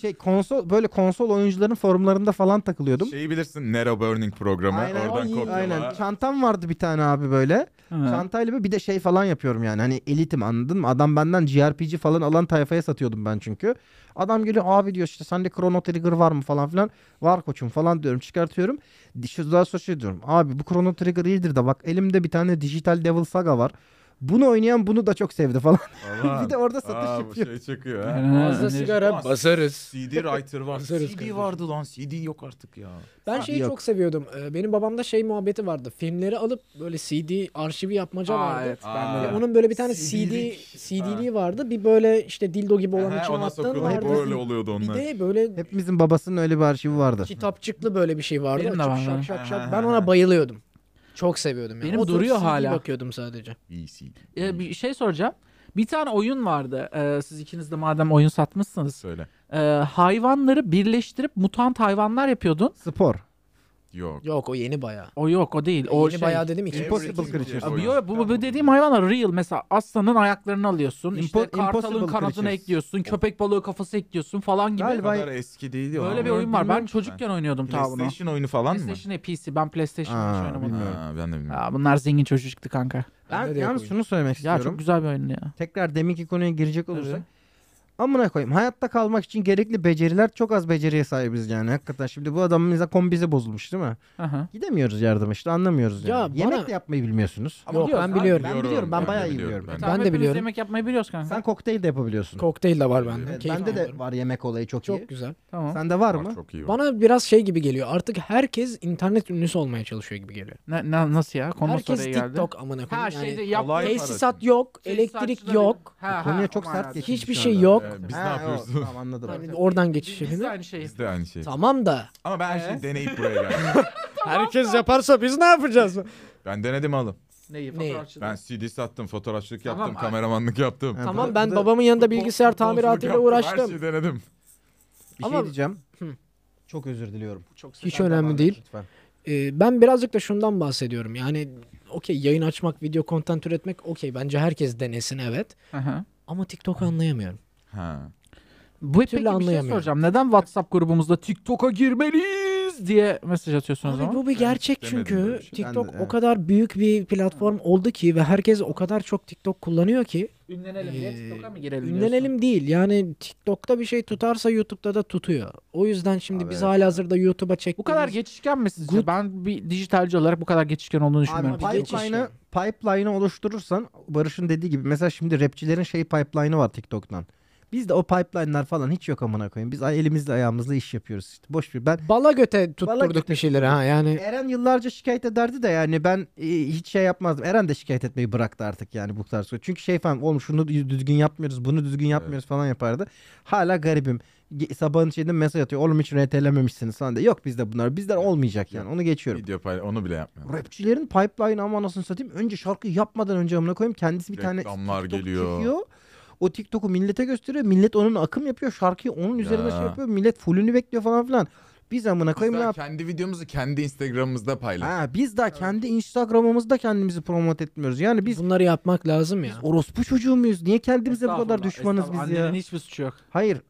şey konsol böyle konsol oyuncuların forumlarında falan takılıyordum.
Şey
Şeyi bilirsin Nero Burning programı.
aynen,
Oradan kopyala.
aynen. Çantam vardı bir tane abi böyle.
Ha.
Çantayla bir- bir de şey falan yapıyorum yani. Hani elitim anladın mı? Adam benden GRPG falan alan tayfaya satıyordum ben çünkü. Adam geliyor abi diyor işte sende Chrono Trigger var mı falan filan. Var koçum falan diyorum çıkartıyorum. Şu daha sonra şey diyorum. Abi bu Chrono Trigger iyidir de bak elimde bir tane Digital Devil Saga var. Bunu oynayan bunu da çok sevdi falan.
Allah'ım.
bir de orada satış
Aa, bu
yapıyor.
Şey çıkıyor ha.
Fazla
Ha,
sigara
Aa,
Basarız.
CD writer var.
Basarız
CD
kardeşim.
vardı lan. CD yok artık ya.
Ben şeyi
Yok.
çok seviyordum. Ee, Benim babamda şey muhabbeti vardı. Filmleri alıp böyle CD arşivi yapmaca
Aa,
vardı.
evet,
Aa.
ben de
Ve
evet.
Onun böyle bir tane CD
CD'lik.
CD'liği vardı. Bir böyle işte dildo gibi olan
Aha,
için
ona
attığın
sokuldu.
vardı.
Böyle oluyordu
Bir
onlar.
de böyle
Hepimizin babasının öyle bir arşivi vardı.
kitapçıklı böyle bir şey vardı.
Benim de
Açıp
var,
şak
var.
şak şak. Ben ona bayılıyordum. Çok seviyordum yani.
Benim
Oturup
duruyor
CD
hala.
bakıyordum sadece.
İyi CD.
Ee, bir şey soracağım. Bir tane oyun vardı. Ee, siz ikiniz de madem oyun satmışsınız.
Söyle.
Ee, hayvanları birleştirip mutant hayvanlar yapıyordun.
Spor.
Yok.
Yok o yeni bayağı.
O yok o değil. O
yeni
şey.
bayağı dedim iki.
Impossible Creature.
Abi yo, bu, bu dediğim hayvanlar real. Mesela aslanın ayaklarını alıyorsun. işte
Impo-
kartalın
Impossible
kanadını
Creatures.
ekliyorsun. Köpek balığı kafası ekliyorsun falan gibi.
Bu
Galiba-
kadar eski değil ya.
Böyle bir
Onu
oyun var. Ben
bilmiyorum ki
çocukken oynuyordum ta bunu.
PlayStation oyunu falan mı?
PlayStation ne PC? Ben PlayStation
Aa,
hiç oynamadım.
bilmiyorum.
Ha, ben de bilmiyorum.
Aa, bunlar zengin çocuk çıktı kanka.
Ben
Bende de yok
yalnız
oyun.
şunu söylemek
Ya
istiyorum.
çok güzel bir oyun ya.
Tekrar deminki konuya girecek olursak. Amına koyayım. Hayatta kalmak için gerekli beceriler çok az beceriye sahibiz yani. Hakikaten şimdi bu adamın mesela kombisi bozulmuş değil mi?
Aha.
Gidemiyoruz yardıma işte anlamıyoruz
Ya
yani.
bana-
Yemek de yapmayı bilmiyorsunuz.
Ama Yok, ben
abi.
biliyorum.
Ben biliyorum, ben
de
bayağı iyi biliyorum.
ben de.
Tamam,
de
hepimiz
biliyorum.
Yemek yapmayı biliyoruz kanka.
Sen kokteyl de yapabiliyorsun. E,
Kokteyl de var bende.
Evet,
Keyif
Bende de
alıyorum.
var yemek olayı çok, iyi.
Çok güzel.
tamam.
Sende var
Var,
mı?
Çok iyi var.
Bana biraz şey gibi geliyor. Artık herkes internet ünlüsü olmaya çalışıyor gibi geliyor.
Ne, ne- nasıl ya? Konu
herkes
oraya geldi.
TikTok amına
Ha
koyayım. Yani
şeyde yap.
Olay-
şey tesisat yok, elektrik yok.
Ha,
Konuya
ha,
çok
aman
sert
Allah'ım.
geçtik
Hiçbir
şu
şey
anda.
yok.
Ee, biz
Ha,
ne
o,
yapıyoruz?
Tamam anladım.
Hani oradan geçiş
Biz de
yapayım.
aynı şeyi.
Biz de aynı şey.
Tamam da
Ama ben her
Ee?
şeyi deneyip buraya geldim.
herkes yaparsa biz ne yapacağız?
Ben denedim oğlum.
Neyi?
Neyi?
Fotoğrafçılığı.
Ben CD sattım, fotoğrafçılık
Tamam,
yaptım,
ay-
kameramanlık yaptım.
Ha, bu
tamam
da-
ben
bu da
babamın yanında
Futbol-
bilgisayar
futbolculuk
tamiratıyla
yaptım, Her
uğraştım.
şeyi denedim.
Bir şey
Ama-
diyeceğim.
Hı.
Çok özür diliyorum.
Hiç önemli değil.
Lütfen.
Ee, ben birazcık da şundan bahsediyorum. Yani okey yayın açmak, video content üretmek okey bence herkes denesin evet.
Aha.
Ama TikTok'u anlayamıyorum.
Ha.
Bu
türlü
peki bir şey
anlayamıyorum.
soracağım. Neden WhatsApp grubumuzda TikTok'a girmeliyiz diye mesaj atıyorsunuz
Abi
ama?
bu bir gerçek
demedim
çünkü
böyle bir şey.
Tiktok
Ben de,
o
evet.
kadar büyük bir platform oldu ki ve herkes o kadar çok TikTok kullanıyor ki
Ünlenelim
diye
diye
Ee, TikTok'a
TikTok'a
mı
mı girelim
Ünlenelim değil yani TikTok'ta bir şey tutarsa YouTube'da da tutuyor. O yüzden şimdi
Abi
biz
evet
hala hazırda YouTube'a
Bu
çektiğimiz...
kadar geçişken mi sizce?
Good-
Ben bir dijitalci olarak bu kadar geçişken olduğunu
Abi
düşünmüyorum.
bir geçiş
pipeline'ı
yani.
pipeline'ı oluşturursan Barış'ın dediği gibi mesela şimdi rapçilerin şey pipeline'ı var TikTok'tan. Bizde o pipeline'lar falan hiç yok amına koyayım. Biz ay- elimizle ayağımızla iş yapıyoruz işte. Boş ver. Ben
Bala göte tutturduk
göte E,
bir şeyleri ha yani.
Eren yıllarca şikayet ederdi de yani ben e, hiç şey yapmazdım. Eren de şikayet etmeyi bıraktı artık yani bu tarz. Çünkü şey falan oğlum şunu düzgün yapmıyoruz, bunu düzgün yapmıyoruz falan yapardı. Hala garibim. Ge- Sabahın şeyinde mesaj atıyor. Oğlum hiç RT'lememişsiniz falan diye. Yok bizde bunlar. Bizden olmayacak yani. Onu geçiyorum.
Video payla onu bile yapmıyor.
Rapçilerin pipeline ama anasını satayım. Önce şarkıyı yapmadan önce amına koyayım. Kendisi bir tane
Reklamlar
TikTok
geliyor.
çekiyor. O TikTok'u millete gösteriyor. Millet onun akım yapıyor. Şarkıyı onun üzerine
Ya.
şey yapıyor. Millet fullünü bekliyor falan filan. Biz amına koyayım ne
Bizler
yap?
kendi videomuzu kendi Instagram'ımızda paylaş.
Ha, biz daha kendi Instagram'ımızda kendimizi promote etmiyoruz. Yani biz
Bunları yapmak lazım ya.
orospu çocuğu muyuz? Niye kendimize bu kadar düşmanız biz ya?
Annenin hiçbir suçu yok.
Hayır.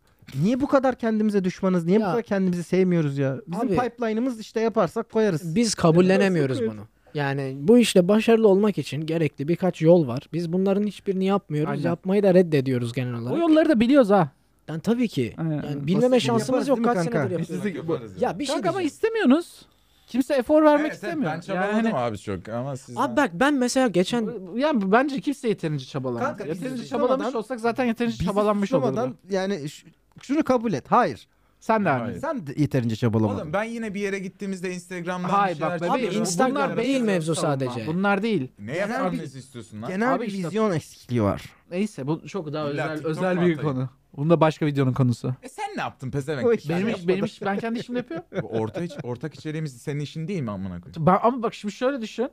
Niye bu kadar kendimize düşmanız? Niye
Ya.
bu kadar kendimizi sevmiyoruz ya? Bizim
Abi-
pipeline'ımız işte yaparsak koyarız.
Biz kabullenemiyoruz bunu. Yani bu işte başarılı olmak için gerekli birkaç yol var. Biz bunların hiçbirini yapmıyoruz.
Aynen.
Yapmayı da reddediyoruz genel
O
olarak.
yolları da biliyoruz ha.
Yani tabii ki.
Aynen.
Yani bilmeme
Basit
şansımız
yaparız
yok.
değil mi
Kaç
kanka?
senedir yapıyoruz.
Biz yaparız
Ya bir şey
Kanka ama
diyeceğim.
istemiyorsunuz. Kimse efor vermek
Evet, evet,
istemiyor.
Ben çabalamadım
yani,
abi çok ama siz
Abi bak ben mesela geçen
hani- yani bence kimse yeterince çabalamadı.
Kanka, bizi
yeterince
suçlamadan-
çabalamış olsak zaten yeterince
Bizi
çabalanmış
suçlamadan
olurdu.
yani ş- şunu kabul et. Hayır.
Sen de
Hayır.
abi.
Sen de yeterince çabalamadın.
Oğlum ben yine bir yere gittiğimizde Instagram'dan
Hayır
bir şeyler
bak
Abi
bebeğim.
Instagram
bunlar
değil
benim
mevzu
savunma.
sadece.
Bunlar değil.
Ne
Genel bir-
yapmanızı istiyorsun lan?
Genel
Abi
bir
işte-
vizyon eksikliği var.
Neyse bu çok daha
İlla
özel
TikTok
özel
mu
bir
atayım?
konu. Bunu da başka videonun konusu.
E sen ne yaptın pezevenk?
Oy.
Sen
Benim
yap-
iş, benim iş, ben kendi işimi yapıyorum.
Bu Orta iç, ortak içeriğimiz senin işin değil mi amına koyayım?
Ben, ama bak şimdi şöyle düşün.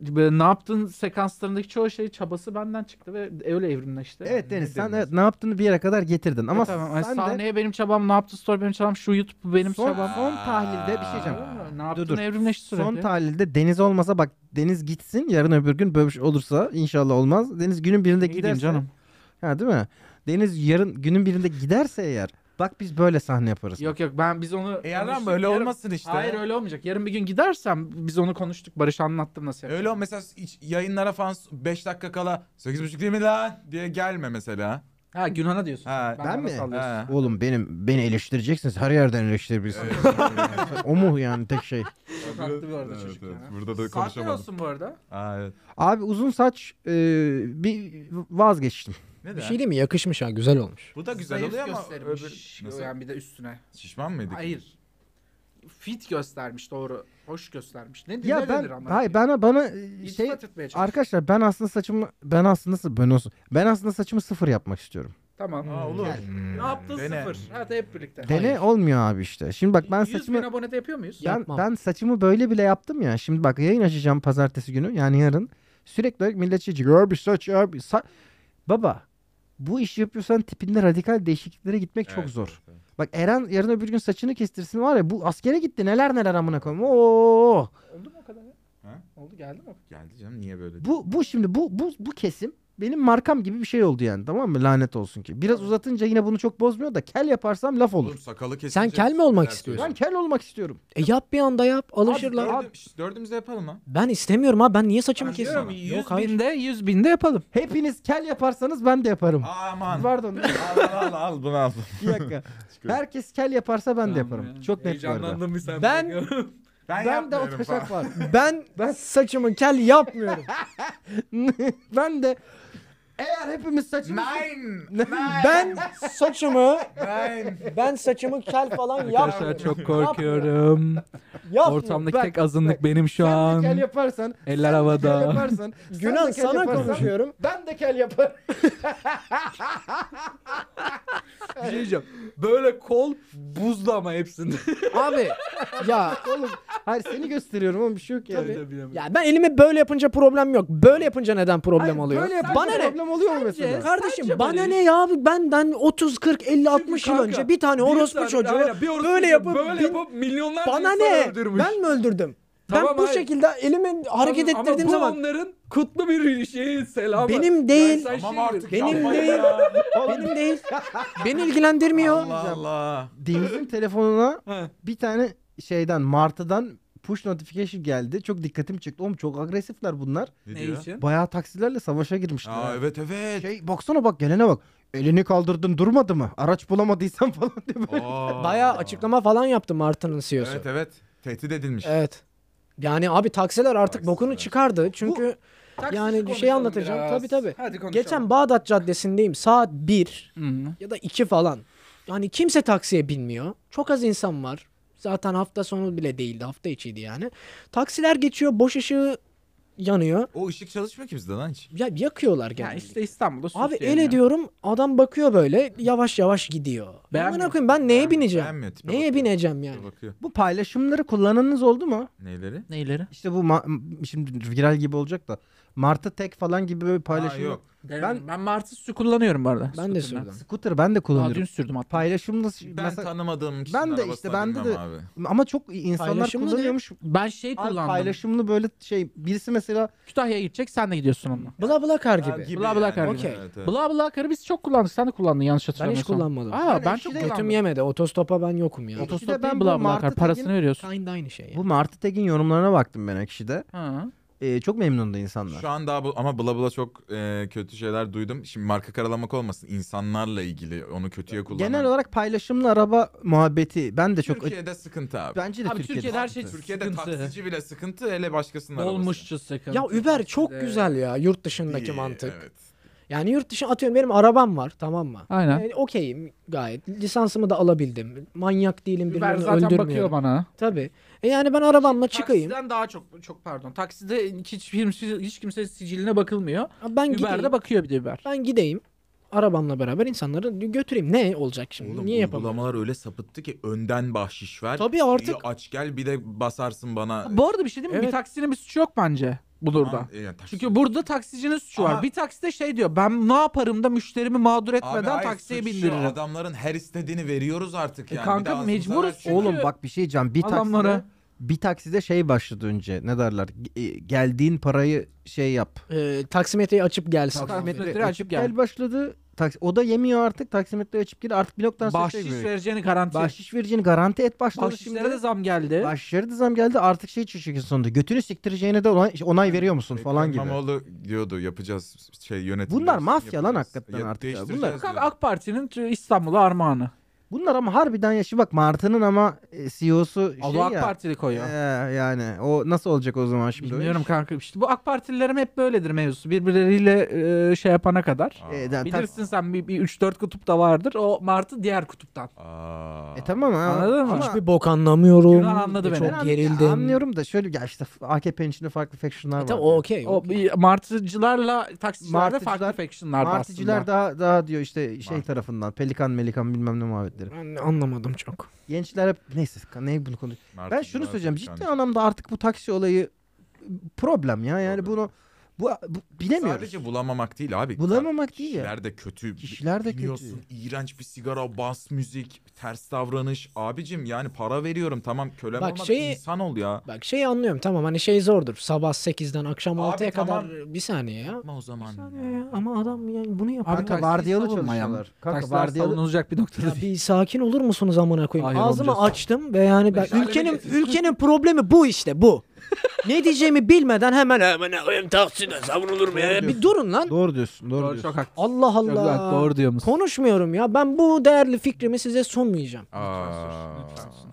Böyle ne yaptığın sekanslarındaki çoğu şey çabası benden çıktı ve öyle evrimleşti.
Evet Deniz sen
deniyorsun?
evet, ne yaptığını bir yere kadar getirdin ama
Ama tamam, hani
sen de
sahneye benim çabam, ne yaptın story benim çabam, şu YouTube bu benim
son,
çabam.
son tahlilde bir şey diyeceğim.
Aa.
Ne yaptın
dur.
evrimleşti sürekli.
Son tahlilde Deniz olmasa bak Deniz gitsin yarın öbür gün böyle bir şey olursa inşallah olmaz. Deniz günün birinde
Ne gideyim
giderse.
canım.
Ha değil mi? Deniz yarın günün birinde giderse eğer bak biz böyle sahne yaparız.
Yok yok ben biz onu...
E yalan
konuştuk.
böyle
Yarın-
olmasın işte.
Hayır öyle olmayacak. Yarın bir gün gidersem biz onu konuştuk. Barış anlattım nasıl yapacağım.
Öyle o mesela iç- yayınlara falan 5 dakika kala 8.30 değil mi lan diye gelme mesela.
Ha Günhan'a diyorsun.
Ha.
Ben
bana
mi?
sallıyorsun.
Ha.
Oğlum benim beni eleştireceksiniz. Her yerden eleştirebilirsiniz. o mu yani tek şey?
Çok haklı bu arada
Evet,
çocuk.
evet.
yani.
Burada da
Saatler
konuşamadım.
olsun bu arada.
Aa, evet.
Abi uzun saç e, bir vazgeçtim.
Ne
bir
de?
şey değil mi yakışmış ha güzel olmuş.
Bu da güzel
Zayıf
oluyor ama
göstermiş.
öbür- Nasıl?
Yani bir de üstüne.
Şişman mıydık?
Hayır. Fit göstermiş doğru. Hoş göstermiş. Ne,
Ya
ne denir
ben
ama?
hayır bana bana e, şey
İltifat etmeye çalış.
arkadaşlar ben aslında saçımı ben aslında sı- ben olsun. Ben aslında saçımı sıfır yapmak istiyorum.
Tamam.
Aa, olur.
Gel.
Hmm.
Ne yaptın
Dene.
sıfır. Hadi hep birlikte.
Dene olmuyor abi işte. Şimdi bak ben
100
saçımı
bin abone de yapıyor muyuz?
Ben,
Yapmam.
ben saçımı böyle bile yaptım ya. Şimdi bak yayın açacağım pazartesi günü yani yarın. Sürekli olarak millet şey diyecek. Abi saç abi sa-" Baba bu işi yapıyorsan tipinde radikal değişikliklere gitmek çok
Evet,
zor.
evet, evet.
Bak Eren yarın öbür gün saçını kestirsin var ya bu askere gitti neler neler amına koyayım. Oo.
Oldu mu o kadar ya?
Ha?
Oldu geldi mi?
Geldi canım niye böyle?
Bu bu şimdi bu bu bu kesim benim markam gibi bir şey oldu yani tamam mı lanet olsun ki. Biraz uzatınca yine bunu çok bozmuyor da kel yaparsam laf olur.
Oğlum sakalı kesince.
Sen kel mi olmak
Güzel
istiyorsun?
Ben
söylüyorsun.
kel olmak istiyorum.
E yap bir anda yap alışır
Abi,
lan.
dördüm- şş, Dördümüz de yapalım ha.
Ben istemiyorum ha ben niye saçımı
Ben diyorum,
kesiyorum?
yüz
Yok hayır.
Binde 100 binde yapalım.
Hepiniz kel yaparsanız ben de yaparım.
Aman.
Pardon.
al al al al bunu al.
Bir dakika.
Çıkıyorum.
Herkes kel yaparsa ben de yaparım. Çok net bu arada.
bir sen.
Ben-
Ben,
Ben de o
yapmıyorum falan.
taşak var.
Ben ben saçımı kel yapmıyorum.
ben de eğer hepimiz saçımız...
Nein.
ben saçımı
Nein.
ben saçımı kel falan
Arkadaşlar
yapmıyorum.
çok korkuyorum.
Yapmıyorum.
Ortamdaki
Bak,
tek azınlık benim şu
Sen de
an.
kel yaparsan,
Eller
sen de
havada.
kel yaparsan, sen
Günah
de kel
sana
yaparsan,
konuşuyorum.
Ben de kel yaparım.
Bir şey diyeceğim. Böyle kol buzlu ama hepsinde.
Abi ya
Oğlum hayır seni gösteriyorum ama bir şey yok yani.
ya ben elimi böyle yapınca problem yok. Böyle yapınca neden problem
Hayır,
oluyor?
Böyle yap-
bana ne?
problem oluyor mu mesela?
Kardeşim
Sence
bana
böyle-
ne ya abi benden 30 40 50 60 yıl
kanka,
önce bir tane orospu çocuğu böyle yapıp bin-
milyonlarca
bana ne? Ben mi öldürdüm? ben
Tamam,
bu
hayır.
şekilde elimi hareket
Ama-
ettirdiğim
ama bu
zaman
onların kutlu bir
şey,
şeyi selamı.
Benim değil.
sen
Tamam
şey
artık
Benim
yapma
değil.
ya.
benim değil. Beni ilgilendirmiyor.
Allah Allah.
Deniz'in telefonuna
Ha.
bir tane şeyden Martı'dan push notification geldi. Çok dikkatim çıktı. Oğlum çok agresifler bunlar.
Ne,
Ne
diyor?
için?
Bayağı taksilerle savaşa girmişler.
Aa
ha.
evet evet.
Şey baksana bak gelene bak. Elini kaldırdın durmadı mı? Araç bulamadıysan falan diye böyle.
Aa.
Bayağı açıklama falan yaptı Martin'ın CEO'su.
Evet evet. Tehdit edilmiş.
Evet. Yani abi taksiler artık
Taksiler.
bokunu çıkardı. Çünkü yani bir şey
konuşalım
anlatacağım.
biraz.
Tabii tabii.
Hadi konuşalım.
geçen Bağdat Caddesi'ndeyim. Saat 1
Hı.
ya da 2 falan. Yani kimse taksiye binmiyor. Çok az insan var. Zaten hafta sonu bile değildi. Hafta içiydi yani. Taksiler geçiyor. Boş ışığı yanıyor.
O ışık çalışmıyor ki bizde lan hiç.
Ya yakıyorlar
Ya
genelde.
işte İstanbul'da suç
Abi el
yeniyor.
ediyorum. Adam bakıyor böyle. Yavaş yavaş gidiyor.
Beğenmiyor.
Amına koyayım ben neye bineceğim?
Beğenmiyor tipe
Neye
bakıyor.
bineceğim
Tipe
yani?
Bakıyor.
Bu paylaşımları kullananınız oldu mu?
Neyleri?
Neyleri?
İşte bu ma- şimdi viral gibi olacak da. Martı tek falan gibi böyle paylaşım.
Aa, yok.
Ben, ben Martı su kullanıyorum bu arada.
Ben de
Scooter'la.
sürdüm.
Scooter ben
Daha
de
dün
kullanıyorum.
sürdüm hatta.
Paylaşımlı
Ben
mesela-
tanımadığım kişinin
Ben de
arabasına
işte, bende de-
binmem abi.
ama çok insanlar
Paylaşımlı ne?
kullanıyormuş.
Ben şey
Abi
kullandım.
paylaşımlı böyle şey birisi mesela
Kütahya'ya gidecek sen de gidiyorsun onunla.
Bla bla kar
Ha,
gibi.
Bla bla kar gibi.
Okey.
Evet, evet.
Bla bla karı biz çok kullandık. Sen de kullandın yanlış hatırlamıyorsam.
kullanmadım.
Aa ben, çok
Ben eşi de
kullandım.
Götüm yemedi. Otostopa ben yokum ya.
Otos-
Otostopta
ben bu
bla bla
Martı
kar
Tekin-
parasını veriyorsun.
Kind aynı şey ya.
bu Martı Tekin yorumlarına baktım ben ekşide.
Ha.
Ee, çok memnundu insanlar.
Şu an daha bu, ama bla bla çok e, kötü şeyler duydum. Şimdi marka karalamak olmasın. İnsanlarla ilgili onu kötüye kullanan.
Genel olarak paylaşımlı araba muhabbeti ben de çok
Türkiye'de sıkıntı abi.
bence de
Abi
Türkiye'de,
Türkiye'de her şey
sıkıntı.
Türkiye'de
sıkıntı.
taksici bile sıkıntı hele başkasının arabası.
Olmuşçu sakın.
Ya Uber çok güzel ya yurt
İyi,
dışındaki mantık.
Evet.
Yani yurt dışı atıyorum benim arabam var tamam mı?
Aynen.
Yani okeyim gayet. Lisansımı da alabildim. Manyak değilim
Uber
birilerini
zaten
öldürmüyorum.
bakıyor bana. Şey,
Tabii. E yani ben arabamla çıkayım.
Taksiden daha çok çok pardon. Takside hiç hiç, hiç kimse siciline bakılmıyor.
Ben gideyim.
Uber'de bakıyor bir de Uber.
Ben gideyim. Arabamla beraber insanları götüreyim. Ne olacak şimdi?
Oğlum
Niye yapamam?
uygulamalar öyle sapıttı ki önden bahşiş ver.
Tabii artık.
İyi, aç gel bir de basarsın bana.
Bu arada bir şey değil mi?
Evet.
Bir taksinin bir suçu yok bence bu
Aman,
durumda.
e, yani taksi-
Çünkü burada taksicinin suçu
Ama-
var. Bir takside şey diyor. Ben ne yaparım da müşterimi mağdur
Abi
etmeden
hayır,
taksiye
suç şu,
bindiririm.
Adamların her istediğini veriyoruz artık
E
yani.
kanka,
Bir de ağzımıza
mecburuz.
ver çünkü.
Oğlum bak bir şey diyeceğim. Bir takside,
Adamlara-
bir takside şey başladı önce. Ne derler? E, geldiğin parayı şey yap.
E, taksimetreyi açıp gelsin.
Taksimetre-
Taksimetreyi açıp
açıp gel.
gel başladı. Taks- o da yemiyor artık. Taksimetreyi açıp gir. Artık bir noktadan sonra
Bahşiş
şey veriyor.
vereceğini garanti.
Bahşiş vereceğini garanti et başladı
Bahşişlere
şimdi.
de zam geldi.
Bahşişlere de zam geldi. Artık şey çıkıyor sonunda. Götünü siktireceğine de onay, onay veriyor musun
Ekrem
falan gibi.
İmamoğlu diyordu yapacağız şey yönetim.
Bunlar
diyorsun,
mafya lan
yapacağız.
hakikaten
Yap-
artık ya. Bunlar-
değiştireceğiz
Kanka
diyor.
AK Parti'nin t- İstanbul'a armağanı.
Bunlar ama harbiden yaşı bak Martı'nın ama e, CEO'su şey
Şey AK
ya.
Partili koyuyor.
Ee, yani o nasıl olacak o zaman şimdi?
Bilmiyorum kanka. İşte bu AK Partililerim hep böyledir mevzusu. Birbirleriyle e, şey yapana kadar.
Aa,
E, yani tak-
Bilirsin sen bir, bir 3-4 kutup da vardır. O Martı diğer kutuptan.
aa.
E tamam ha.
Anladın mı?
Ama
Hiçbir bok anlamıyorum.
Yunan anladı
Ve
beni.
Çok
ben an-
gerildim.
Anlıyorum da şöyle ya işte AKP'nin içinde farklı faction'lar
E,
var.
Tamam o okey.
O bir Martıcılarla taksiciler de
Martıcılar-
farklı faction'lardı
Martıcılar
aslında.
daha daha diyor işte şey
Martı.
tarafından pelikan melikan bilmem ne muhabbetleri.
Ben anlamadım çok.
Gençler hep neyse ne bunu konuş.
Martin
Ben şunu
Luther
söyleyeceğim
King
ciddi anlamda artık bu taksi olayı problem ya yani
Problem.
bunu bu, bu- bilemiyoruz.
Sadece bulamamak değil abi.
Bulamamak değil ya.
Kişiler de kötü.
Kişiler de
Biliyorsun,
kötü.
iğrenç bir sigara, bas müzik, ters davranış. Abicim yani para veriyorum tamam kölem
Bak
olmak
şeyi-
insan ol ya.
Bak şeyi anlıyorum tamam hani şey zordur. Sabah 8'den akşam
Abi
6'ya
tamam.
kadar bir saniye ya.
Yapma o zaman.
Ya, ya, Ama adam yani bunu yapar.
Abi
Kanka
taksi
vardiyalı
savunma ya.
çalışıyorlar. Kanka
Taksiler
vardiyalı
savunulacak bir noktada
Ya
değil.
bir sakin olur musunuz amına koyayım?
Hayır,
Ağzımı
olacağız.
açtım ve yani ben,
Meşalemi
ülkenin
getirdim.
ülkenin problemi bu işte bu. ne diyeceğimi bilmeden hemen amına koyayım takside savrulur mu ya? Bir durun lan.
Doğru diyorsun. Doğru,
Doğru,
diyorsun.
çok haklı.
Allah
Çok
Allah.
haklı, Doğru diyor musun?
Konuşmuyorum ya. Ben bu değerli fikrimi size sunmayacağım.
Aa.
Lütfen sus, lütfen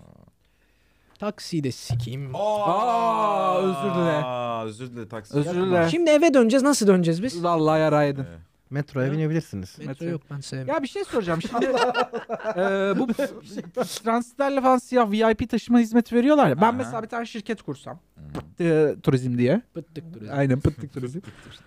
Taksiyi de sikeyim.
Oh
Aa,
özür dile.
Aa, özür dile taksi.
Özür dile.
Şimdi eve döneceğiz. Nasıl döneceğiz biz?
Vallahi yaraydın.
Evet.
Metroya binebilirsiniz.
Metro yok ben sevmiyorum.
Ya bir şey soracağım şimdi. eee, bu transitlerle falan siyah VIP taşıma hizmeti veriyorlar ya. Ben
Aha.
mesela bir tane şirket kursam. Pıttık turizm diye.
Bıttık duruyor.
Aynen pıttık turizm.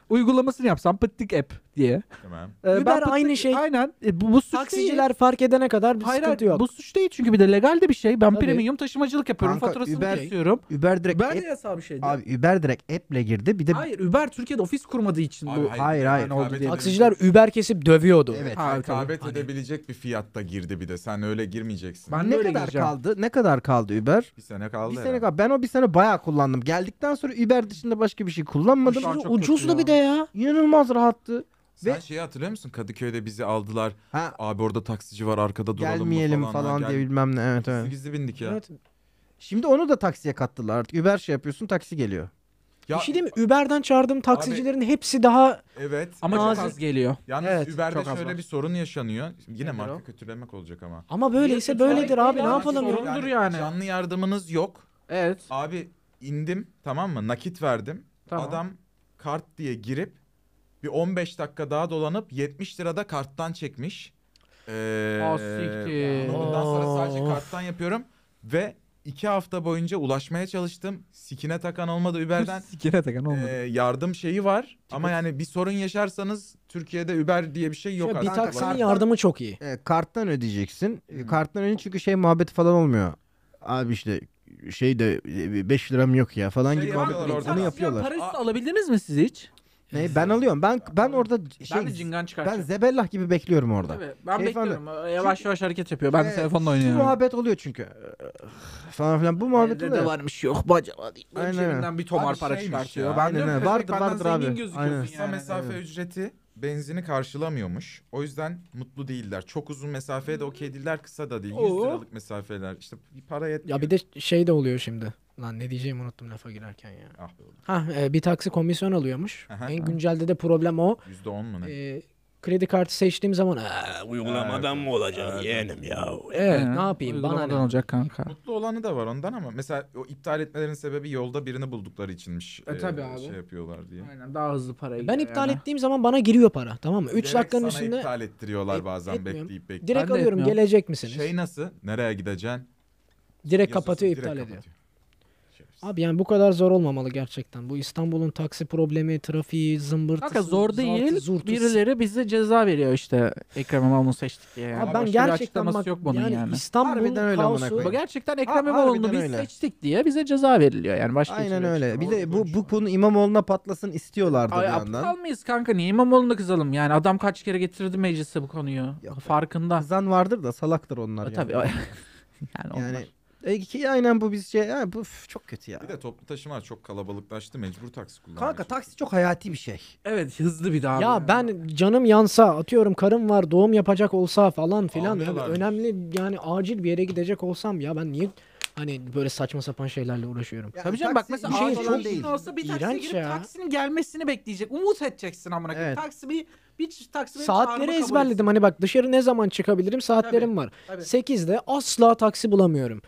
Uygulamasını yapsam pıttık app diye.
Tamam.
Eee, Ee, ben
Uber
pıttık-
aynı şey.
Aynen. E, bu, bu suç değil.
Taksiciler fark edene kadar bir
Hayır, hayır,
sıkıntı yok.
bu suç değil çünkü bir de legal de bir şey. Ben
Tabii.
premium taşımacılık yapıyorum.
Kanka,
faturasını
Uber-
kesiyorum.
Uber direkt
Uber de
app-
yasal bir şey değil.
abi Uber direkt app'le girdi. Bir de
Hayır Uber Türkiye'de ofis kurmadığı için bu.
hayır, hayır,
rekabet
oldu diye.
edelim.
Taksici taksiciler Uber kesip dövüyordu.
Evet.
Ha,
Rekabet
Hani-
edebilecek bir fiyatta girdi bir de. Sen öyle girmeyeceksin.
Ben de
ne
öyle
kadar
gireceğim.
kaldı? Ne kadar kaldı Uber?
Bir sene kaldı
Bir sene
herhalde.
kadar. Ben o bir sene bayağı kullandım. Geldikten sonra Uber dışında başka bir şey kullanmadım.
Şu an çok
Ucuzdu
kötü
bir de ya.
İnanılmaz rahattı.
Sen
Ve-
şeyi hatırlıyor musun? Kadıköy'de bizi aldılar.
Ha,
Abi orada taksici var arkada duralım
gelmeyelim
mı
falan,
falan. Ha,
diye
gel-
bilmem ne. Evet
Gizli
evet.
gizli bindik ya.
Evet.
Şimdi onu da taksiye kattılar artık. Uber şey yapıyorsun taksi geliyor.
Ya,
Bir şey değil mi? Uber'den çağırdığım taksicilerin hepsi daha
Evet.
Ama çok
Nazik.
az geliyor.
Yalnız
Evet,
Uber'de
çok az
şöyle
var.
bir sorun yaşanıyor. Yine
Nedir
marka
o?
kötülemek olacak ama.
ama böyleyse böyledir abi ne
Ya,
yapalım ya?
sorun- Sorundur yani.
Canlı yardımınız yok.
Evet.
Abi indim tamam mı? Nakit verdim.
Tamam.
Adam kart diye girip bir 15 dakika daha dolanıp 70 lirada karttan çekmiş. Ee,
Ah, siktir.
ama Bundan sonra sadece
Of.
karttan yapıyorum ve iki hafta boyunca ulaşmaya çalıştım. Sikine takan olmadı Uber'den.
Sikine takan
ee, yardım şeyi var ama yani bir sorun yaşarsanız Türkiye'de Uber diye bir şey yok
Ya bir
aslında.
taksinin
Kartlar-
yardımı çok iyi.
E, karttan ödeyeceksin. E,
Hmm.
Karttan ödeyince çünkü şey muhabbeti falan olmuyor. Abi işte şey de 5 liram yok ya falan
Şey
gibi
yapıyorlar
muhabbet
orada.
Onu yapıyorlar.
Para üstü
Aa.
alabildiniz mi siz hiç?
Ne, ben alıyorum. Ben ben orada şey
ben de cingan
ben
çıkartacağım.
zebellah gibi bekliyorum orada.
Tabii, ben
Şey falan-
bekliyorum. Yavaş yavaş hareket yapıyor. Ben de
Ee,
telefonla
Şu
oynuyorum.
muhabbet oluyor çünkü. Ee, Falan filan bu muhabbet
Elde de
oluyor.
varmış yok bacama diye. Böyle
Aynen.
Cebinden bir tomar
Abi
para
şeymiş
çıkartıyor.
ya.
Ben
Aynen
diyorum
öyle.
ki,
Vardır,
benden
vardır
zengin
abi.
gözüküyorsun
Aynen.
Kısa
yani.
mesafe ücreti benzini karşılamıyormuş. O yüzden mutlu değiller. Çok uzun mesafeye de okey değiller. Kısa da değil. 100
Oo.
liralık mesafeler. İşte bir para yetmiyor.
Ya bir de şey de oluyor şimdi. Lan ne diyeceğimi unuttum lafa girerken ya.
Ah be oğlum.
Ha e, bir taksi komisyon alıyormuş.
Aha.
en güncelde de problem o.
%10 mu ne?
Ee, kredi kartı seçtiğim zaman e, "Aa, uygulamadan mı olacak yeğenim ya? Evet,
Aynen.
ne yapayım bana
Uygulamadan
ne?
olacak kanka.
Mutlu olanı da var ondan ama mesela o iptal etmelerin sebebi yolda birini buldukları içinmiş.
E, tabii abi.
Şey yapıyorlar diye.
Aynen daha hızlı parayı.
Ben iptal ettiğim zaman bana giriyor para tamam mı? 3
Direkt
dakikanın
sana
üstünde
iptal ettiriyorlar
Et-
bazen
etmiyorum.
bekleyip bekleyip.
direkt
Ben de
alıyorum
etmiyorum.
gelecek misiniz?
Şey nasıl? Nereye gideceksin?
direkt
Yasası
kapatıyor
direkt
iptal ediyor.
kapatıyor. Şerefsiz.
Abi yani bu kadar zor olmamalı gerçekten. Bu İstanbul'un taksi problemi, trafiği, zımbırtısı,
Kanka zor
zaltı,
değil.
zurtu,
Birileri bize ceza veriyor işte. Ekrem İmamoğlu'nu seçtik diye.
Abi
Yani.
ben
Başka bir
gerçekten
açıklaması
bak
yok bunun
yani,
yani.
İstanbul'un
Harbiden öyle amına
kaosu
koyayım.
Bu gerçekten
Ha,
Ekrem
harbiden
İmamoğlu'nu biz
öyle.
seçtik diye bize ceza veriliyor yani. Başka bir
Aynen
şey yok
öyle.
işte.
Bir
Orada
de bu
konuşma.
bu konu İmamoğlu'na patlasın istiyorlardı
Ay,
bir
aptal
yandan.
mıyız kanka? Niye İmamoğlu'na kızalım? Yani adam kaç kere getirdi meclise bu konuyu.
Yok be.
Farkında.
Kızan vardır da salaktır onlar
E,
yani.
Tabii. yani onlar.
Yani e, ki aynen bu biz şey ya bu üf, çok kötü ya.
Bir de toplu taşıma çok kalabalıklaştı. Mecbur taksi kullanmaya
Kanka taksi çok hayati bir şey.
Evet hızlı bir daha.
Ya ben canım yansa atıyorum karım var doğum yapacak olsa falan filan yani
Almıyorlarmış.
önemli yani acil bir yere gidecek olsam ya ben niye hani böyle saçma sapan şeylerle uğraşıyorum.
Yani
Tabii canım bak
taksi
mesela şey
şey
bir
çok-
çok
falan
değil.
değil.
olsa bir taksiye
İğrenç
girip
ya.
taksinin gelmesini bekleyecek. Umut edeceksin amına koyayım.
Evet.
Taksi bir bir taksi beni çağırma
Saatleri
kabul
ezberledim hani bak dışarı ne zaman çıkabilirim saatlerim var.
tabii.
8'de asla taksi bulamıyorum.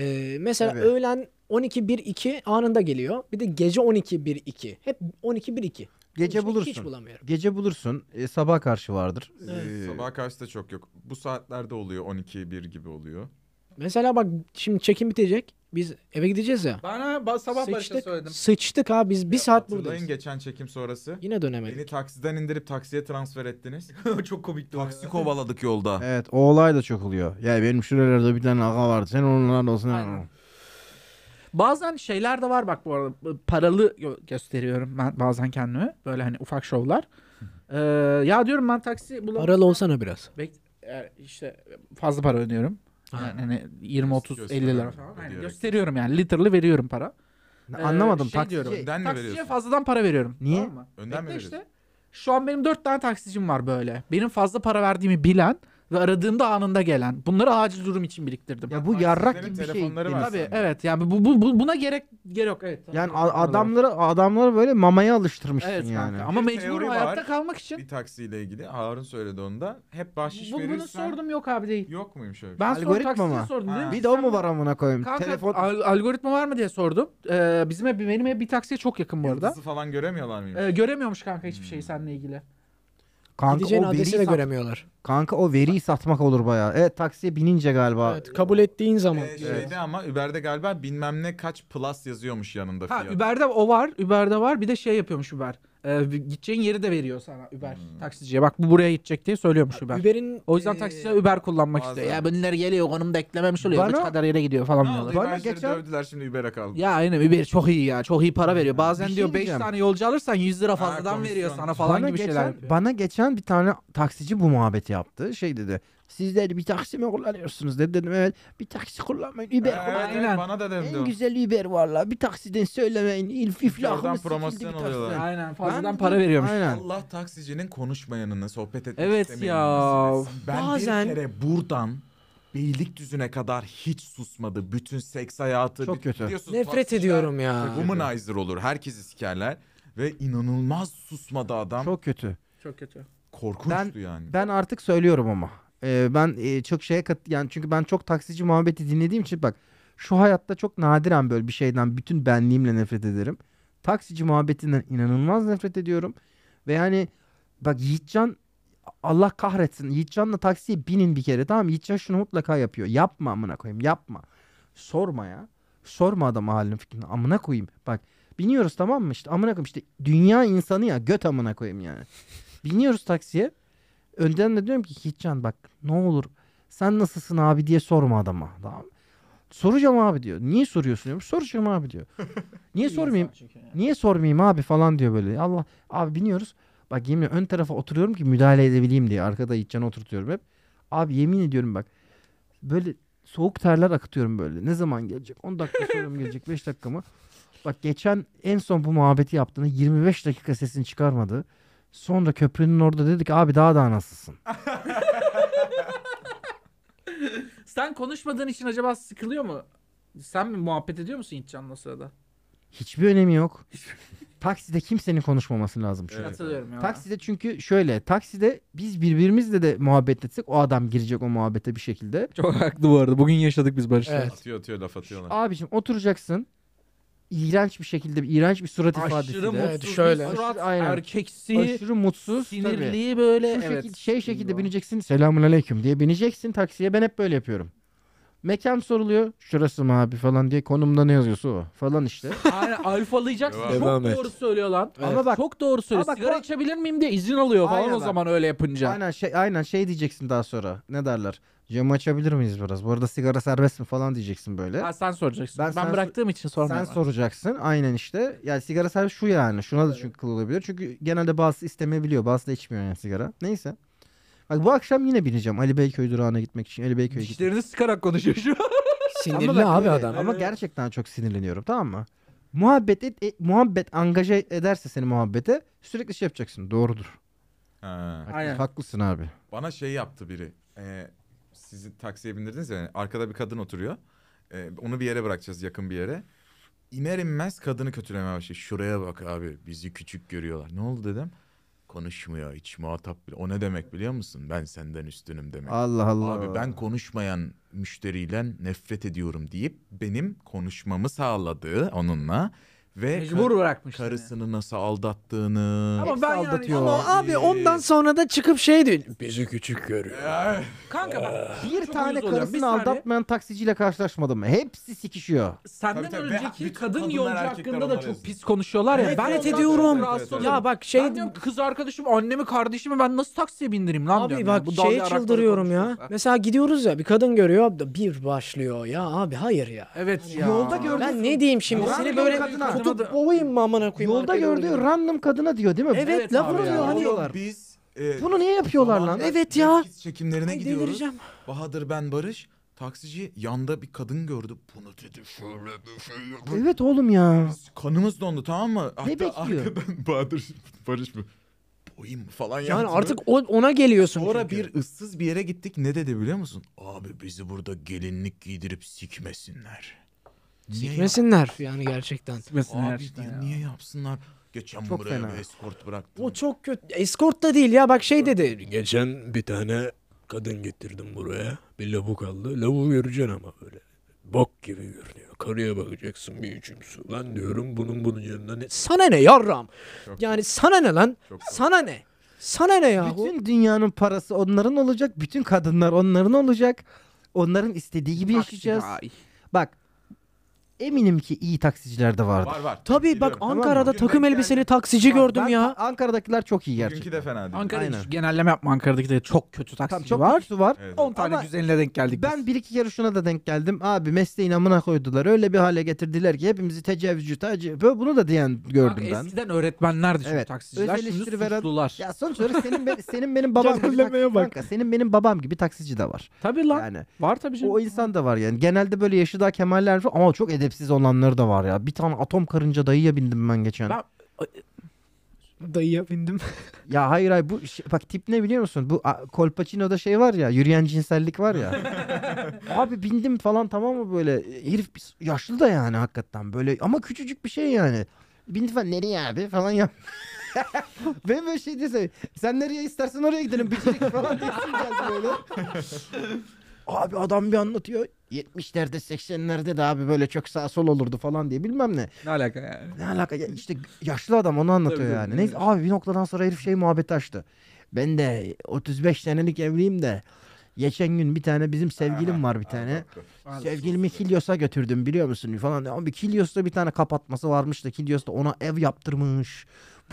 Ee, mesela
Tabii.
öğlen 12 1 2 anında geliyor. Bir de gece 12 1 2. Hep 12 1 2.
Gece
Hiç
bulursun.
bulamıyorum.
Gece bulursun. E, sabah karşı vardır.
Evet.
Ee,
Sabah karşı da çok yok. Bu saatlerde oluyor 12-1 gibi oluyor.
Mesela bak şimdi çekim bitecek. Biz eve gideceğiz ya.
Bana ba- sabah Barış'a
sıçtık,
söyledim.
sıçtık abi biz bir saat
Hatırlayın
buradayız.
geçen çekim sonrası.
Yine dönemedik.
Beni taksiden indirip taksiye transfer ettiniz.
Çok komikti o
Taksi
ya.
kovaladık yolda.
Evet o olay da çok oluyor. Ya benim şuralarda bir tane aga vardı. Sen onlarla olsun.
Aynen. Bazen şeyler de var bak bu arada Bu paralı gö- gösteriyorum ben bazen kendimi böyle hani ufak şovlar. Ee, ya diyorum ben taksi bulamıyorum.
Paralı olsana biraz.
Ee, işte fazla para ödüyorum.
Ha.
Yani hani 20 30 50 lira
Gösteriyorum,
falan. Aynen,
ödeyerek.
gösteriyorum yani literally veriyorum para. Ee,
Anlamadım.
şey
taksi
diyorum.
Önden mi
Taksiciye
veriyorsun?
fazladan para veriyorum.
Niye?
mı?
Önden mi
Bekle
veriyorsun?
işte. Şu an benim dört tane taksicim var böyle. Benim fazla para verdiğimi bilen ve aradığımda anında gelen. Bunları acil durum için biriktirdim.
Ya bu
Taksicilerin
yarrak gibi bir şey.
telefonları var
Tabii
sende.
evet yani bu, bu, bu- buna gerek gerek yok. Evet.
Yani
Tamam,
a- adamları adamları böyle mamaya alıştırmışsın
Evet
yani.
kanka ama
Bir
mecbur
teori var.
hayatta kalmak için.
Bir taksiyle ilgili Harun söyledi onu da. Hep bahşiş
Bu, bunu
verirsen
sordum yok abi değil.
yok muymuş öyle? bir şey?
Ben
Algoritma
sordum taksiye
mı?
sordum.
Ha.
Dedim ki
Bir de o
sen-
mu var amına koyayım?
Kanka,
Telefon
al- algoritma var mı diye sordum. Ee, bizim ev, benim ev bir taksiye çok yakın bu
şey?
arada.
Yıldızı falan göremiyorlar mıymış?
Ee, göremiyormuş kanka hiçbir şey seninle ilgili.
kanka
Gideceğin
o
adresi
veriyi
de
sat-
göremiyorlar.
kanka o veriyi satmak olur bayağı. Evet taksiye binince galiba.
Evet, kabul ettiğin zaman.
Ee, şeyde ama Uber'de galiba bilmem ne kaç plus yazıyormuş yanında
Ha
fiyat.
Uber'de o var. Uber'de var. Bir de şey yapıyormuş Uber. Ee, Ee, bir- gideceğin yeri de veriyor sana Uber taksiciye. Bak bu buraya gidecek diye söylüyormuş Uber.
Uber'in
O yüzden
e,
taksiciler Uber kullanmak
bazen-
istiyor. Ya bunlar geliyor konumda eklememiş oluyor.
Bana-
Bana... kadar yere gidiyor falan
Ne oldu?
diyorlar.
Bana
Bana
geçen-
dövdüler şimdi Uber'e kaldı.
Ya aynen Uber çok iyi ya. Çok iyi para veriyor. Bazen
şey
diyor 5
diyeceğim.
tane yolcu alırsan 100 lira
Ha,
fazladan veriyor
komisyon.
sana falan gibi
geçen,
şeyler yapıyor.
Bana geçen bir tane taksici bu muhabbeti yaptı. Şey dedi. Siz dedi bir taksi mi kullanıyorsunuz dedi. Dedim evet. Bir taksi kullanmayın. Uber
Ha,
kullanın.
evet, evet,
aynen.
bana da dövdü.
En
o.
güzel Uber valla. Bir taksiden söylemeyin. İlf
Oradan
iflahımız
promosyon
sikildi bir
alıyorlar.
taksiden.
Aynen fazladan
Ben-
para veriyormuş.
Aynen.
Allah taksicinin konuşmayanını, sohbet etmek
Evet
istemeyenini
ya.
silmesin. Ben
Bazen-
bir kere buradan Beylikdüzü'ne kadar hiç susmadı. Bütün seks hayatı.
Çok
bütün-
kötü.
biliyorsun
nefret
taksiciler
ediyorum ya.
Womanizer olur. Herkesi sikerler. Ve inanılmaz susmadı adam.
Çok kötü.
Çok kötü.
Korkunçtu yani.
Ben artık söylüyorum ama. Ee, ben e, çok şeye kat yani çünkü ben çok taksici muhabbeti dinlediğim için bak şu hayatta çok nadiren böyle bir şeyden bütün benliğimle nefret ederim. Taksici muhabbetinden inanılmaz nefret ediyorum. Ve yani bak Yiğitcan Allah kahretsin Yiğitcan'la taksiye binin bir kere tamam mı? Yiğitcan şunu mutlaka yapıyor. Yapma amına koyayım yapma. Sorma ya. Sorma adam halini fikrini amına koyayım. Bak biniyoruz tamam mı işte amına koyayım işte dünya insanı ya göt amına koyayım yani. Biniyoruz taksiye. Önden de diyorum ki Hitcan bak ne olur sen nasılsın abi diye sorma adama. Tamam. mı? Soracağım abi diyor. Niye soruyorsun diyorum. Soracağım abi diyor. Niye sormayayım? Niye sormayayım abi falan diyor böyle. Allah abi biniyoruz. Bak yemin ön tarafa oturuyorum ki müdahale edebileyim diye. Arkada Hitcan'ı oturtuyorum hep. Abi yemin ediyorum bak. Böyle soğuk terler akıtıyorum böyle. Ne zaman gelecek? 10 dakika sonra mı gelecek? 5 dakika mı? Bak geçen en son bu muhabbeti yaptığında 25 dakika sesini çıkarmadı. Sonra köprünün orada dedik abi daha da nasılsın?
Sen konuşmadığın için acaba sıkılıyor mu? Sen mi muhabbet ediyor musun İtcan'la sırada?
Hiçbir önemi yok. takside kimsenin konuşmaması lazım çünkü.
Evet.
Katılıyorum ya.
Takside çünkü şöyle takside biz birbirimizle de muhabbet etsek o adam girecek o muhabbete bir şekilde.
Çok haklı bu arada. Bugün yaşadık biz
şey-
Barış'la.
Evet.
Atıyor atıyor laf atıyorlar.
Abicim oturacaksın. İğrenç bir şekilde iğrenç bir surat
Aşırı
ifadesiyle.
Evet,
mutsuz
şöyle.
bir surat,
Aşırı- aynen.
erkeksi,
Aşırı mutsuz. tabii.
sinirli böyle.
Şu
evet.
şekil- şey şekilde
Bilmiyorum.
bineceksin. Selamun aleyküm diye bineceksin taksiye. Ben hep böyle yapıyorum. Mekan soruluyor. Şurası mı abi falan diye konumda ne yazıyorsa o falan işte.
Aynen alfalayacaksın.
Devam
Çok
et.
doğru söylüyor lan.
Evet.
Ama bak çok doğru söylüyor.
Ama bak,
Sigara
bak-
içebilir miyim diye izin alıyor falan
Aynen
o
bak.
zaman öyle yapınca.
Aynen şey aynen şey diyeceksin daha sonra. Ne derler? Camı açabilir miyiz biraz? Bu arada sigara serbest mi falan diyeceksin böyle.
Ha, sen soracaksın.
Ben
Ben,
sen-
bıraktığım için
Sen
sormuyorum.
soracaksın. Aynen işte. Yani sigara serbest şu yani. Şuna da çünkü kılılabilir. Çünkü genelde bazısı istemeyebiliyor. Bazısı da içmiyor yani sigara. Neyse. Bak bu akşam yine bineceğim Ali Beyköy durağına gitmek için. Ali Beyköy'e gitmek
Dişlerini sıkarak konuşuyor şu an.
Sinirli
bak e,
abi
e,
öyle.
adam.
Ama gerçekten çok sinirleniyorum tamam mı? Muhabbet et, e- muhabbet angaje ederse seni muhabbete sürekli şey yapacaksın. Doğrudur.
Ha.
Haklı-
Aynen.
Haklısın abi.
Bana şey yaptı biri. Ee, sizi taksiye bindirdiniz ya. Arkada bir kadın oturuyor. Ee, onu bir yere bırakacağız yakın bir yere. İner inmez kadını kötülemeye başladı. Şuraya bak abi bizi küçük görüyorlar. Ne oldu dedim. Konuşmuyor hiç muhatap bile. O ne demek biliyor musun? Ben senden üstünüm demek.
Allah Allah.
Abi ben konuşmayan müşteriyle nefret ediyorum deyip benim konuşmamı sağladı onunla. Ve
Mecbur
kar-
bırakmış. seni.
karısını nasıl aldattığını.
Ama ben yani
aldatıyor.
ama
Abi ondan sonra da çıkıp şey diyor. Bizi küçük görüyor.
kanka
Ah.
bak
bir
çok
tane
uyuz oluyorum. Bir
karısını
saniye.
aldatmayan taksiciyle karşılaşmadım mı? Hepsi sikişiyor.
senden
Tabii, tabii. Ve
önceki
bütün
kadın
kadınlar,
yolcu
erkekler
hakkında da
onlara
çok
yazıyor.
pis konuşuyorlar ya.
Nefret
ben ondan
ediyorum.
çok rahatsız
Evet, evet.
oluyorum.
Ya bak
Şey
şey
ben diyorum ki, kız arkadaşım annemi kardeşimi ben nasıl taksiye bindireyim lan
Abi
diyorum.
bak
yani. Bu dalga
şeye
arakları
çıldırıyorum ya.
konuşuyorsa.
Mesela gidiyoruz ya bir kadın görüyor da bir başlıyor ya abi hayır ya.
Evet ya.
Yolda gördüm.
Ben ne diyeyim şimdi
Random
seni böyle
kadına-
tutup boğayım mı amına koyayım?
Yolda
arkaya doğru
gördüğü
gidiyorum.
random kadına diyor değil mi?
Evet,
Evet
laf
abi ya.
vuruyor hani.
Vuruyorlar.
Biz e,
Bunu niye yapıyorlar lan?
Zamanında
Evet ya.
Netflix çekimlerine
Ay,
gidiyoruz.
delireceğim.
Bahadır ben Barış. Taksici yanda bir kadın gördü. Bunu dedi şöyle bir şey yapın.
Evet oğlum ya.
Biz Kanımız dondu tamam mı? Hatta
bekliyor?
arkadan Bahadır Barış mı? Boyum mu falan yaptı.
Yani
böyle.
artık o- ona geliyorsun
Sonra
çünkü.
bir ıssız bir yere gittik. Ne dedi biliyor musun? Abi bizi burada gelinlik giydirip sikmesinler. Niye
Sikmesinler yani gerçekten.
ya?
Gitmesinler
Abi
işte
niye,
ya.
niye yapsınlar? Geçen
Çok
buraya
fena.
bir escort bıraktım.
O çok kötü. Escort da değil ya bak şey dedi.
Geçen bir tane kadın getirdim buraya. Bir lavuk aldı. Lavuğu göreceksin ama böyle. Bok gibi görünüyor. Karıya bakacaksın bir içim su. Lan diyorum bunun bunun yanında ne
Sana ne yarram?
Çok-
Yani sana ne lan?
çok-
Sana ne? Sana ne yahu?
Bütün dünyanın parası onların olacak. Bütün kadınlar onların olacak. Onların istediği gibi yaşayacağız.
Ay.
Bak eminim ki iyi taksiciler de vardır.
Var var.
Tabii bak
Biliyorum.
Ankara'da
Bugün
takım
denk
elbiseli
geldim.
taksici gördüm
Ben-
ya.
Ankara'dakiler çok iyi
Bugünkü de
gerçekten.
fena değil.
Ankara
Aynen.
hiç genelleme yapma Ankara'daki de çok kötü taksici
Tamam, çok
var.
kötüsü var.
Evet.
10 tane
Ama-
güzeline denk geldik.
Ben bir iki kere şuna da denk geldim. Abi mesleğin amına koydular. Öyle bir hale getirdiler ki hepimizi tecavüzcü, tacı. Böyle bunu da diyen gördüm ben.
Eskiden öğretmenlerdi çünkü
Evet.
taksiciler.
Öz
Şimdi
eleştiri veren-
suçlular.
Ya sonuç olarak senin be- senin benim babam gibi
Genellemeye
taksici,
bak.
kanka, senin benim babam gibi taksici de var.
Tabii lan.
Yani
Var tabii canım.
o insan da var yani. Genelde böyle yaşı daha kemaller var ama çok edepsiz olanları da var ya. Bir tane atom karınca dayıya bindim ben geçen.
Ben-
Dayıya bindim.
Ya hayır hayır bu şey- bak tip ne biliyor musun? Bu a, Kolpaçino'da şey var ya yürüyen cinsellik var ya. Abi bindim falan tamam mı böyle herif bir- yaşlı da yani hakikaten böyle ama küçücük bir şey yani. Bindi falan nereye abi falan ya. Benim böyle şey dese sen nereye istersen oraya gidelim bitirik falan diyorsun biraz böyle. Abi adam bir anlatıyor. 70'lerde 80'lerde de abi böyle çok sağ sol olurdu falan diye bilmem ne.
Ne alaka yani?
Ne alaka ya işte yaşlı adam onu anlatıyor
Tabii,
yani.
tabii.
Neyse abi bir noktadan sonra herif şey muhabbet açtı. Ben de 35 senelik evliyim de geçen gün bir tane bizim sevgilim var bir tane. Sevgilimi Kilyos'a götürdüm biliyor musun falan. Abi Kilyos'ta bir tane kapatması varmış da Kilyos'ta ona ev yaptırmış.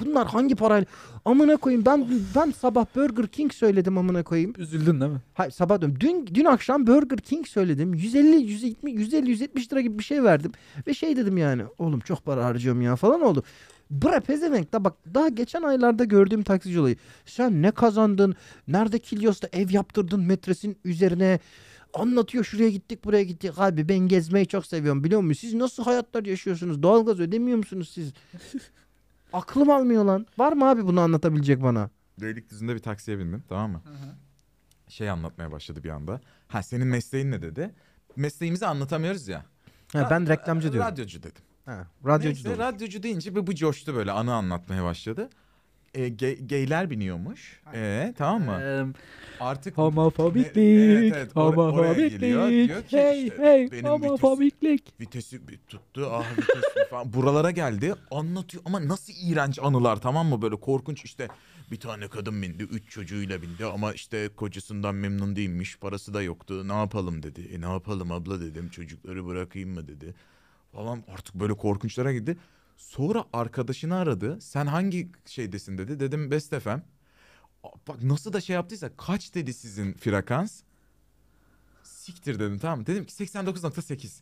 Bunlar hangi parayla? Amına koyayım ben ben sabah Burger King söyledim amına koyayım.
Üzüldün değil mi?
Hayır sabah diyorum. Dün dün akşam Burger King söyledim. 150 170 150 170 lira gibi bir şey verdim ve şey dedim yani oğlum çok para harcıyorum ya falan oldu. Bre pezevenk da bak daha geçen aylarda gördüğüm taksici olayı. Sen ne kazandın? Nerede Kilyos'ta ev yaptırdın metresin üzerine? Anlatıyor şuraya gittik buraya gittik. Abi ben gezmeyi çok seviyorum biliyor musun? Siz nasıl hayatlar yaşıyorsunuz? Doğalgaz ödemiyor musunuz siz? Aklım almıyor lan. Var mı abi bunu anlatabilecek bana?
Beylikdüzü'nde bir taksiye bindim tamam mı? Şey anlatmaya başladı bir anda. Ha senin mesleğin ne dedi? Mesleğimizi anlatamıyoruz ya.
Ha, ben reklamcı diyorum.
Radyocu dedim.
Ha, radyocu da
Neyse
olur.
radyocu deyince bu, bu coştu böyle anı anlatmaya başladı. E, ge- geyler biniyormuş. E, tamam mı?
Eee,
Artık
Homofobiklik.
Evet, evet, or- oraya
homofobiklik.
geliyor. Diyor ki
hey
işte,
hey
benim bütün-
homofobiklik.
vitesi bir tuttu. Ah vites bir falan. Buralara geldi. Anlatıyor ama nasıl iğrenç anılar tamam mı? Böyle korkunç işte bir tane kadın bindi. Üç çocuğuyla bindi ama işte kocasından memnun değilmiş. Parası da yoktu. Ne yapalım dedi. E ne yapalım abla dedim. Çocukları bırakayım mı dedi. Falan artık böyle korkunçlara gitti. Sonra arkadaşını aradı. Sen hangi şeydesin dedi. Dedim Best FM. A- Bak nasıl da şey yaptıysa kaç dedi sizin frekans? Siktir dedim tamam mı? Dedim ki 89.8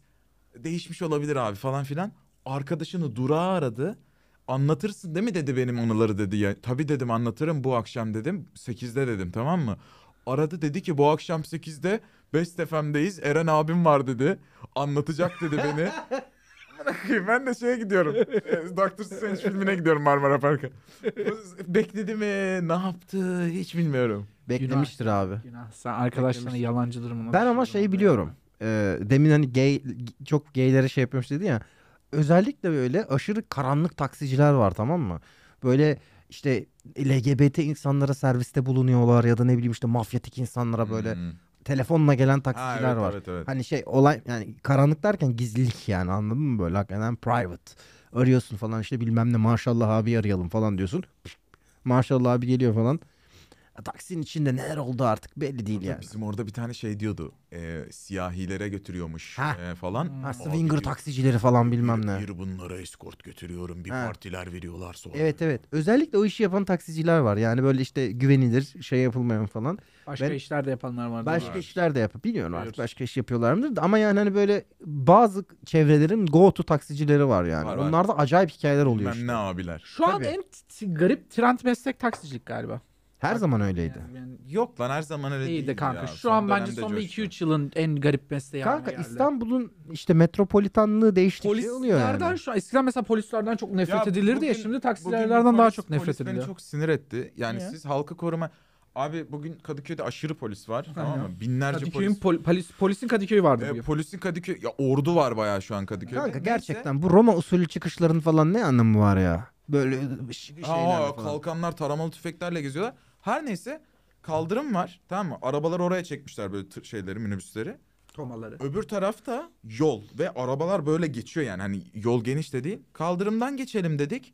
değişmiş olabilir abi falan filan. Arkadaşını durağa aradı. Anlatırsın değil mi dedi benim anıları dedi ya. Tabii dedim anlatırım bu akşam dedim. 8'de dedim tamam mı? Aradı dedi ki bu akşam 8'de Best FM'deyiz. Eren abim var dedi. Anlatacak dedi beni. Amına koyayım, ben de şeye gidiyorum. E, Doctor Strange filmine gidiyorum Marmara Park'a. Bekledi mi? Ne yaptı? Hiç bilmiyorum.
Beklemiştir abi.
Günah. Sen arkadaşlarına yalancı durumuna
Ben ama
düşürdün
şeyi
onu.
biliyorum. Ee, demin hani gay çok gaylere şey yapıyormuş dedi ya. Özellikle böyle aşırı karanlık taksiciler var tamam mı? Böyle işte LGBT insanlara serviste bulunuyorlar ya da ne bileyim işte mafyatik insanlara böyle
Hmm.
telefonla gelen
Ha,
taksiciler
evet,
var.
Evet, evet.
Hani şey olay yani karanlık derken gizlilik yani anladın mı böyle hakikaten private. Arıyorsun falan işte bilmem ne maşallah abi arayalım falan diyorsun. Maşallah abi geliyor falan. Taksinin içinde neler oldu artık belli değil yani.
Bizim orada bir tane şey diyordu. E, siyahilere götürüyormuş
Ha.
e, falan.
Ha,
Abi
swinger
diyor-
taksicileri falan bilmem ne.
Bir, bir bunlara eskort götürüyorum. Bir
Ha.
partiler veriyorlar sonra.
Evet evet. Özellikle o işi yapan taksiciler var. Yani böyle işte güvenilir, şey yapılmayan falan.
Başka
Ben-
işler de yapanlar vardı.
Başka işler de yapıp biliyorum artık
Evet.
başka iş yapıyorlar mıdır da ama yani hani böyle bazı çevrelerin go to taksicileri var yani.
Var, var.
Onlarda acayip hikayeler oluyor.
Bilmem
işte.
ne abiler.
Şu an
Tabii.
en t- garip trend meslek taksicilik galiba.
Her zaman öyleydi.
Yani, yani
Yok lan her zaman öyle
iyi de
değildi
kanka.
ya.
Şu an bence
dönemde
son bir
coştu.
2-3 yılın en garip mesleği haline
Kanka
geldi.
İstanbul'un işte metropolitanlığı değiştikçe oluyor yani.
Polislerden şu an eskiden mesela polislerden çok nefret
Ya
edilirdi ya
bugün-
şimdi
Bugün
taksicilerden
polis-
daha çok
polis
nefret ediliyor.
beni çok sinir etti. Yani
Niye?
siz halkı koruma... Abi bugün Kadıköy'de aşırı polis var. tamam mı? Binlerce
Kadıköy'ün
polis.
pol- polis, polisin Kadıköy'ü vardı
E,
bugün.
polisin Kadıköy... Ya ordu var bayağı şu an Kadıköy'de.
Kanka
Neyse.
gerçekten bu Roma usulü çıkışların falan ne anlamı var ya? Böyle şeyler
Aa,
falan.
kalkanlar taramalı tüfeklerle geziyorlar. Her neyse kaldırım var tamam mı? Arabalar oraya çekmişler böyle tır- şeyleri minibüsleri.
Tomaları.
Öbür tarafta yol ve arabalar böyle geçiyor yani hani yol geniş de değil. Kaldırımdan geçelim dedik.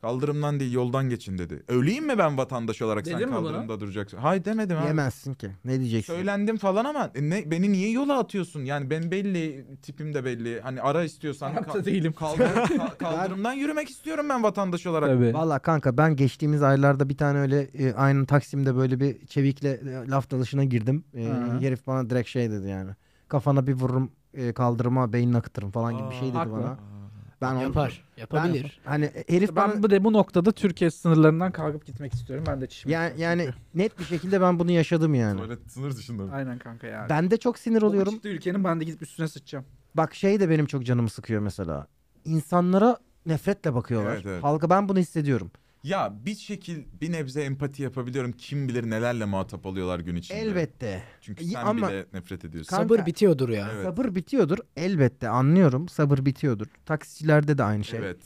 Kaldırımdan değil yoldan geçin dedi. Öleyim mi ben vatandaş olarak
Dedin
sen
mi bunu?
kaldırımda duracaksın? Hayır demedim abi.
Yemezsin ki. Ne diyeceksin?
Söylendim falan ama e, ne, beni niye yola atıyorsun? Yani ben belli, tipim de belli. Hani ara istiyorsan.
Arap da
kal-
değilim.
kaldır- kal- kaldırımdan yürümek istiyorum ben vatandaş olarak.
Tabii.
Valla kanka ben geçtiğimiz aylarda bir tane öyle e, aynı Taksim'de böyle bir çevikle e, laf dalışına girdim. E,
Hı.
herif bana direkt şey dedi yani. Kafana bir vururum e, kaldırıma beynini akıtırım falan gibi bir şey dedi
haklı.
bana. Ben onu-
Yapar.
ben-
Yapabilir.
hani herif bana
Ben bu, de, bu noktada Türkiye sınırlarından kalkıp gitmek istiyorum. Ben de çişim.
yani, yani net bir şekilde ben bunu yaşadım yani.
Tuvalet sınır dışında.
Aynen kanka ya.
Ben de çok sinir
Bu
oluyorum.
Çıktı ülkenin ben de gidip üstüne sıçacağım.
Bak şey de benim çok canımı sıkıyor mesela. İnsanlara nefretle bakıyorlar.
Evet, evet.
Halka ben bunu hissediyorum.
Ya bir şekil bir nebze empati yapabiliyorum. Kim bilir nelerle muhatap oluyorlar gün içinde.
Elbette.
Çünkü
İyi
sen
E, ama-
bile nefret ediyorsun.
Kanka-
Sabır bitiyordur ya.
Evet.
Sabır bitiyordur. Elbette anlıyorum. Sabır bitiyordur. Taksicilerde de aynı şey.
Evet.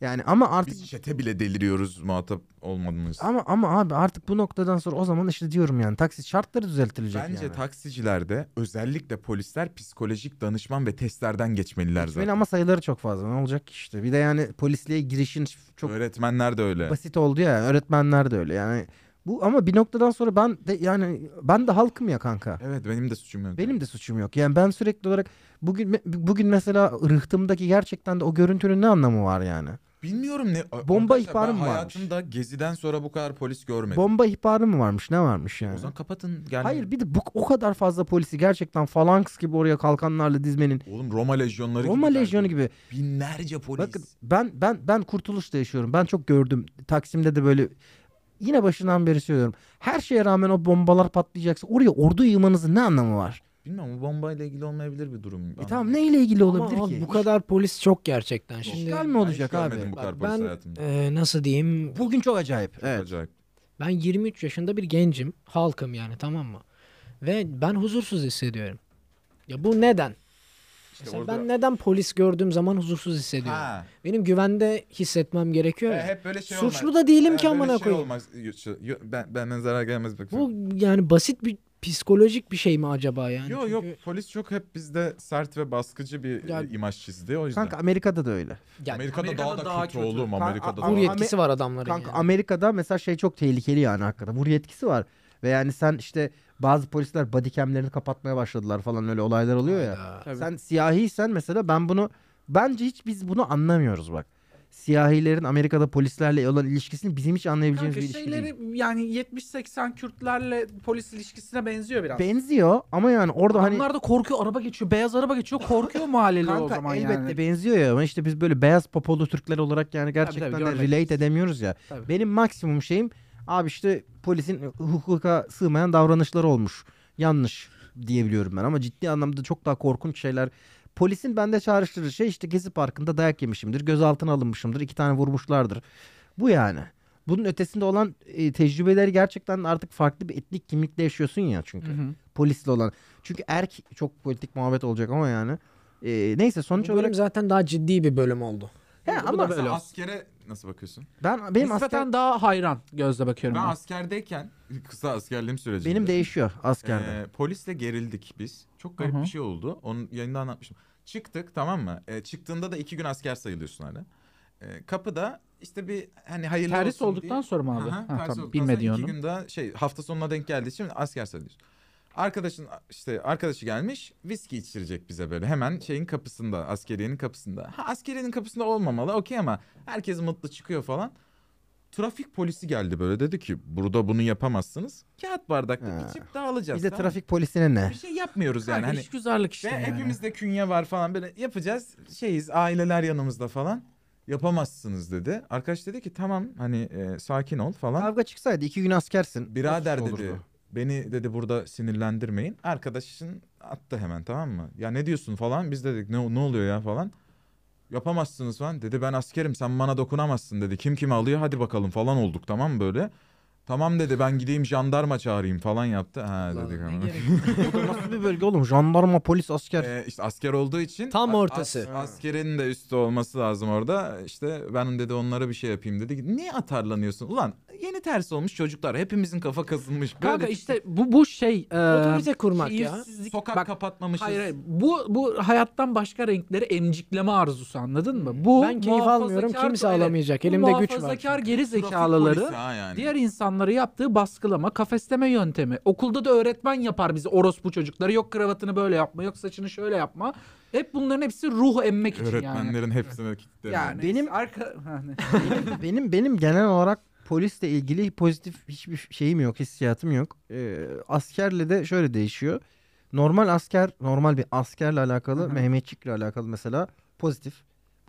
Yani ama artık
Biz çete bile deliriyoruz muhatap olmadığımız.
Ama ama abi artık bu noktadan sonra o zaman işte diyorum yani taksi şartları düzeltilecek
Bence
şey yani.
taksicilerde özellikle polisler psikolojik danışman ve testlerden geçmeliler
Geçmeli
zaten.
ama sayıları çok fazla ne olacak ki işte. Bir de yani polisliğe girişin çok
Öğretmenler de öyle.
basit oldu ya öğretmenler de öyle yani. Bu ama bir noktadan sonra ben de yani ben de halkım ya kanka.
Evet benim de suçum yok.
Benim de suçum yok. Yani ben sürekli olarak bugün me- bugün mesela rıhtımdaki gerçekten de o görüntünün ne anlamı var yani?
Bilmiyorum ne.
Bomba
Arkadaşlar,
ihbarı mı
ben
varmış?
Hayatımda geziden sonra bu kadar polis görmedim.
Bomba ihbarı mı varmış? Ne varmış
O
yani?
zaman kapatın gelmeyin.
Hayır bir de bu o kadar fazla polisi gerçekten falanks gibi oraya kalkanlarla dizmenin
Oğlum Roma lejyonları
Roma
gibi.
lejyonu gibi
Binlerce polis.
Bakın ben ben ben Kurtuluş'ta yaşıyorum. Ben çok gördüm. Taksim'de de böyle yine başından beri söylüyorum. Her şeye rağmen o bombalar patlayacaksa oraya ordu yığmanızın ne anlamı var?
Bilmem bu bombayla ilgili olmayabilir bir durum.
E tamam neyle ilgili
Ama
olabilir
abi
ki?
Bu kadar polis çok gerçekten. Şimdi
İşgal mi olacak
Ben hiç görmedim
abi?
bu kadar
Bak
polis
ben-
hayatımda.
e, nasıl diyeyim?
Bugün çok acayip. Evet.
Acayip.
Ben 23 yaşında bir gencim. Halkım yani tamam mı? Ve ben huzursuz hissediyorum. Ya bu neden? Mesela
orada-
ben neden polis gördüğüm zaman huzursuz hissediyorum?
Ha.
Benim güvende hissetmem gerekiyor.
E,
ya.
hep böyle şey olmaz.
Suçlu da değilim
E,
ki
böyle
amına
şey
koyayım.
olmaz. Yo- şu- yo- Ben, benden zarar gelmez bak.
Bu yani basit bir psikolojik bir şey mi acaba yani?
Yok
Çünkü-
yok polis çok hep bizde sert ve baskıcı bir
Ya-
e, imaj çizdi o yüzden.
Kanka Amerika'da da öyle.
Yani
Amerika'da, daha da kötü,
kötü.
oğlum
Kanka,
Amerika'da
a-
daha
vur
Ama-
yetkisi var adamların.
Kanka
yani.
Amerika'da mesela şey çok tehlikeli yani hakikaten. Vur yetkisi var. Ve yani sen işte bazı polisler bodycamlerini kapatmaya başladılar falan öyle olaylar oluyor ya.
Hayda.
Tabii.
Sen siyahiysen mesela ben bunu bence hiç biz bunu anlamıyoruz bak. Siyahilerin Amerika'da polislerle olan ilişkisini bizim hiç anlayabileceğimiz
Kanka
bir ilişki değil.
şeyleri yani 70-80 Kürtlerle polis ilişkisine benziyor biraz.
Benziyor ama yani orada hani
Onlar da korkuyor. Araba geçiyor. Beyaz araba geçiyor. Korkuyor mahalleli o
kanka
zaman
elbette
yani.
benziyor ya ama işte biz böyle beyaz popolu Türkler olarak yani gerçekten de
görmedik.
relate edemiyoruz ya.
Tabii.
Benim maksimum şeyim abi işte polisin hukuka sığmayan davranışları olmuş. Yanlış diyebiliyorum ben ama ciddi anlamda çok daha korkunç şeyler. Polisin bende çağrıştırır şey işte Gezi Parkı'nda dayak yemişimdir, gözaltına alınmışımdır, iki tane vurmuşlardır. Bu yani. Bunun ötesinde olan e, tecrübeleri gerçekten artık farklı bir etnik kimlikle yaşıyorsun ya çünkü.
Hı hı.
Polisle olan. Çünkü erk çok politik muhabbet olacak ama yani. E, neyse sonuç
Bu bölüm
olarak
zaten daha ciddi bir bölüm oldu.
He, ama
Mesela askere nasıl bakıyorsun?
ben benim
Nispeten
asker,
daha hayran gözle
Ben
bakıyorum. Ben.
askerdeyken kısa askerliğim sürecinde.
benim değişiyor askerde.
e, polisle gerildik biz. Çok garip
Aha.
bir şey oldu. Onun yayında anlatmıştım. Çıktık tamam mı? E, çıktığında da iki gün asker sayılıyorsun hala. E, kapıda işte bir hani hayırlı
Terhis
olsun
olduktan
diye-
sonra mı abi?
Aha,
Ha,
tersi
tamam.
olduktan
Bilmediği
sonra
onu.
iki gün daha şey hafta sonuna denk geldiği için asker sayılıyorsun. Arkadaşın işte arkadaşı gelmiş viski içirecek bize böyle hemen şeyin kapısında askeriyenin kapısında. Ha askeriyenin kapısında olmamalı okey ama herkes mutlu çıkıyor falan. Trafik polisi geldi böyle dedi ki burada bunu yapamazsınız. Kağıt bardakta
Ha.
içip dağılacağız.
Bize
tamam mı?
trafik polisine ne?
bir şey yapmıyoruz yani.
Yani
Hani
güzellik işte.
ve
şey yani.
hepimizde künye var falan böyle yapacağız. Şeyiz aileler yanımızda falan. Yapamazsınız dedi. Arkadaş dedi ki tamam hani e, sakin ol falan.
Kavga çıksaydı iki gün askersin.
Birader
Olurdu.
dedi. Beni dedi burada sinirlendirmeyin. Arkadaşın attı hemen tamam mı? Ya ne diyorsun falan. Biz dedik ne, ne oluyor ya falan. Yapamazsınız falan. Dedi ben askerim sen bana dokunamazsın dedi. Kim kimi alıyor hadi bakalım falan olduk tamam mı böyle. Tamam dedi ben gideyim jandarma çağırayım falan yaptı. Ha
Lan
dedik
ne
Hani
ama.
gerek
Bu nasıl bir bölge oğlum? Jandarma, polis, asker.
Ee, işte asker olduğu için
Tam
a-
ortası.
as- askerin de üstü olması lazım orada. İşte ben dedi onlara bir şey yapayım dedi. Niye atarlanıyorsun? Ulan yeni ters olmuş çocuklar. Hepimizin kafa kazınmış. Böyle
Kanka işte bu bu şey e,
Otorize kurmak ya.
keyifsizlik-
sokak
bak,
kapatmamışız.
Hayır, hayır. Bu bu hayattan başka renkleri emcikleme arzusu anladın mı? Bu
Ben keyif almıyorum,
muhafazakar-
kimse
evet,
alamayacak.
bu
Elimde güç var
Muhafazakar
çünkü.
geri
Trafik
zekalıları
polisi ha yani.
diğer insanları yaptığı baskılama, kafesleme yöntemi. Okulda da öğretmen yapar bizi orospu çocukları. Yok kravatını böyle yapma, yok saçını şöyle yapma. Hep bunların hepsi ruh emmek için yani.
Öğretmenlerin hepsine kilitlerim.
Yani
Benim-
benim arka Hani. Ha, ne?
benim benim genel olarak polisle ilgili pozitif hiçbir şeyim yok, hissiyatım yok. Ee, askerle de şöyle değişiyor. Normal asker, normal bir askerle alakalı, Mehmetçik'le alakalı mesela pozitif.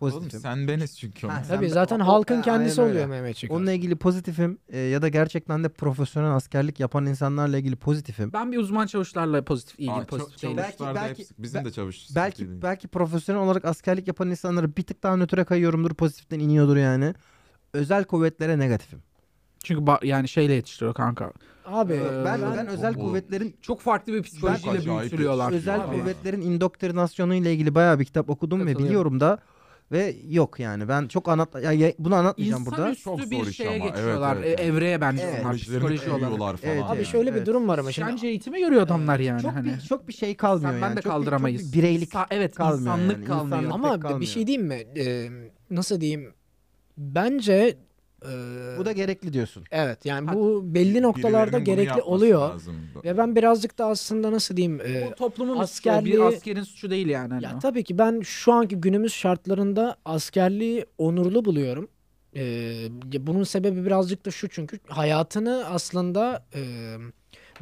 Oğlum
Pozitifim.
sen beniz çünkü.
Ha,
onlar.
sen-
Tabii
ben-
zaten
o- o-
halkın
aynen
kendisi
öyle.
oluyor Mehmetçik.
Onunla ilgili pozitifim e, ya da gerçekten de profesyonel askerlik yapan insanlarla ilgili pozitifim.
Ben bir uzman çavuşlarla pozitif ilgili
Aa,
pozitif
çav-
değilim.
Belki-
çavuşlarda
belki-
hepsi- bizim
be-
de çavuş.
Belki belki profesyonel olarak askerlik yapan insanlara bir tık daha nötre kayıyorumdur, pozitiften iniyordur yani. Özel kuvvetlere negatifim.
Çünkü ba- yani şeyle yetiştiriyor kanka.
Abi
Ben
e,
ben,
ben
özel
Bu-
kuvvetlerin
Çok farklı bir psikolojiyle
Acayip
büyütülüyorlar.
özel
Abi.
kuvvetlerin indoktrinasyonu ile ilgili bayağı bir kitap okudum ve
Katılıyorum.
biliyorum da ve yok yani ben çok anlat ya- ya- bunu anlatmayacağım burada.
İnsanüstü
Çok
bir
zor iş
şeye
ama, evet,
geçiyorlar.
evet,
e,
evet.
Evreye bence
Evet.
onlar psikoloji olarak.
falan.
Evet,
abi
yani,
şöyle bir
evet.
durum var ama şimdi
Şence eğitimi görüyor adamlar yani.
çok
hani.
bir, çok bir şey kalmıyor
Sen
yani.
ben de
Çok bir- çok
kaldıramayız.
bir bireylik
Sa- evet
kalmıyor
insanlık
yani,
kalmıyor.
insanlık.
ama
pek kalmıyor.
bir şey diyeyim mi? Ee, nasıl diyeyim? Bence e,
bu da gerekli diyorsun.
evet yani
Ha,
bu belli noktalarda gerekli oluyor. Ve ben birazcık da aslında nasıl diyeyim? e,
Bu toplumun
askerliği-
askerliği... bir askerin suçu değil yani. hani
Ya
o.
tabii ki ben şu anki günümüz şartlarında askerliği onurlu buluyorum. Ee, ya bunun sebebi birazcık da şu çünkü hayatını aslında e,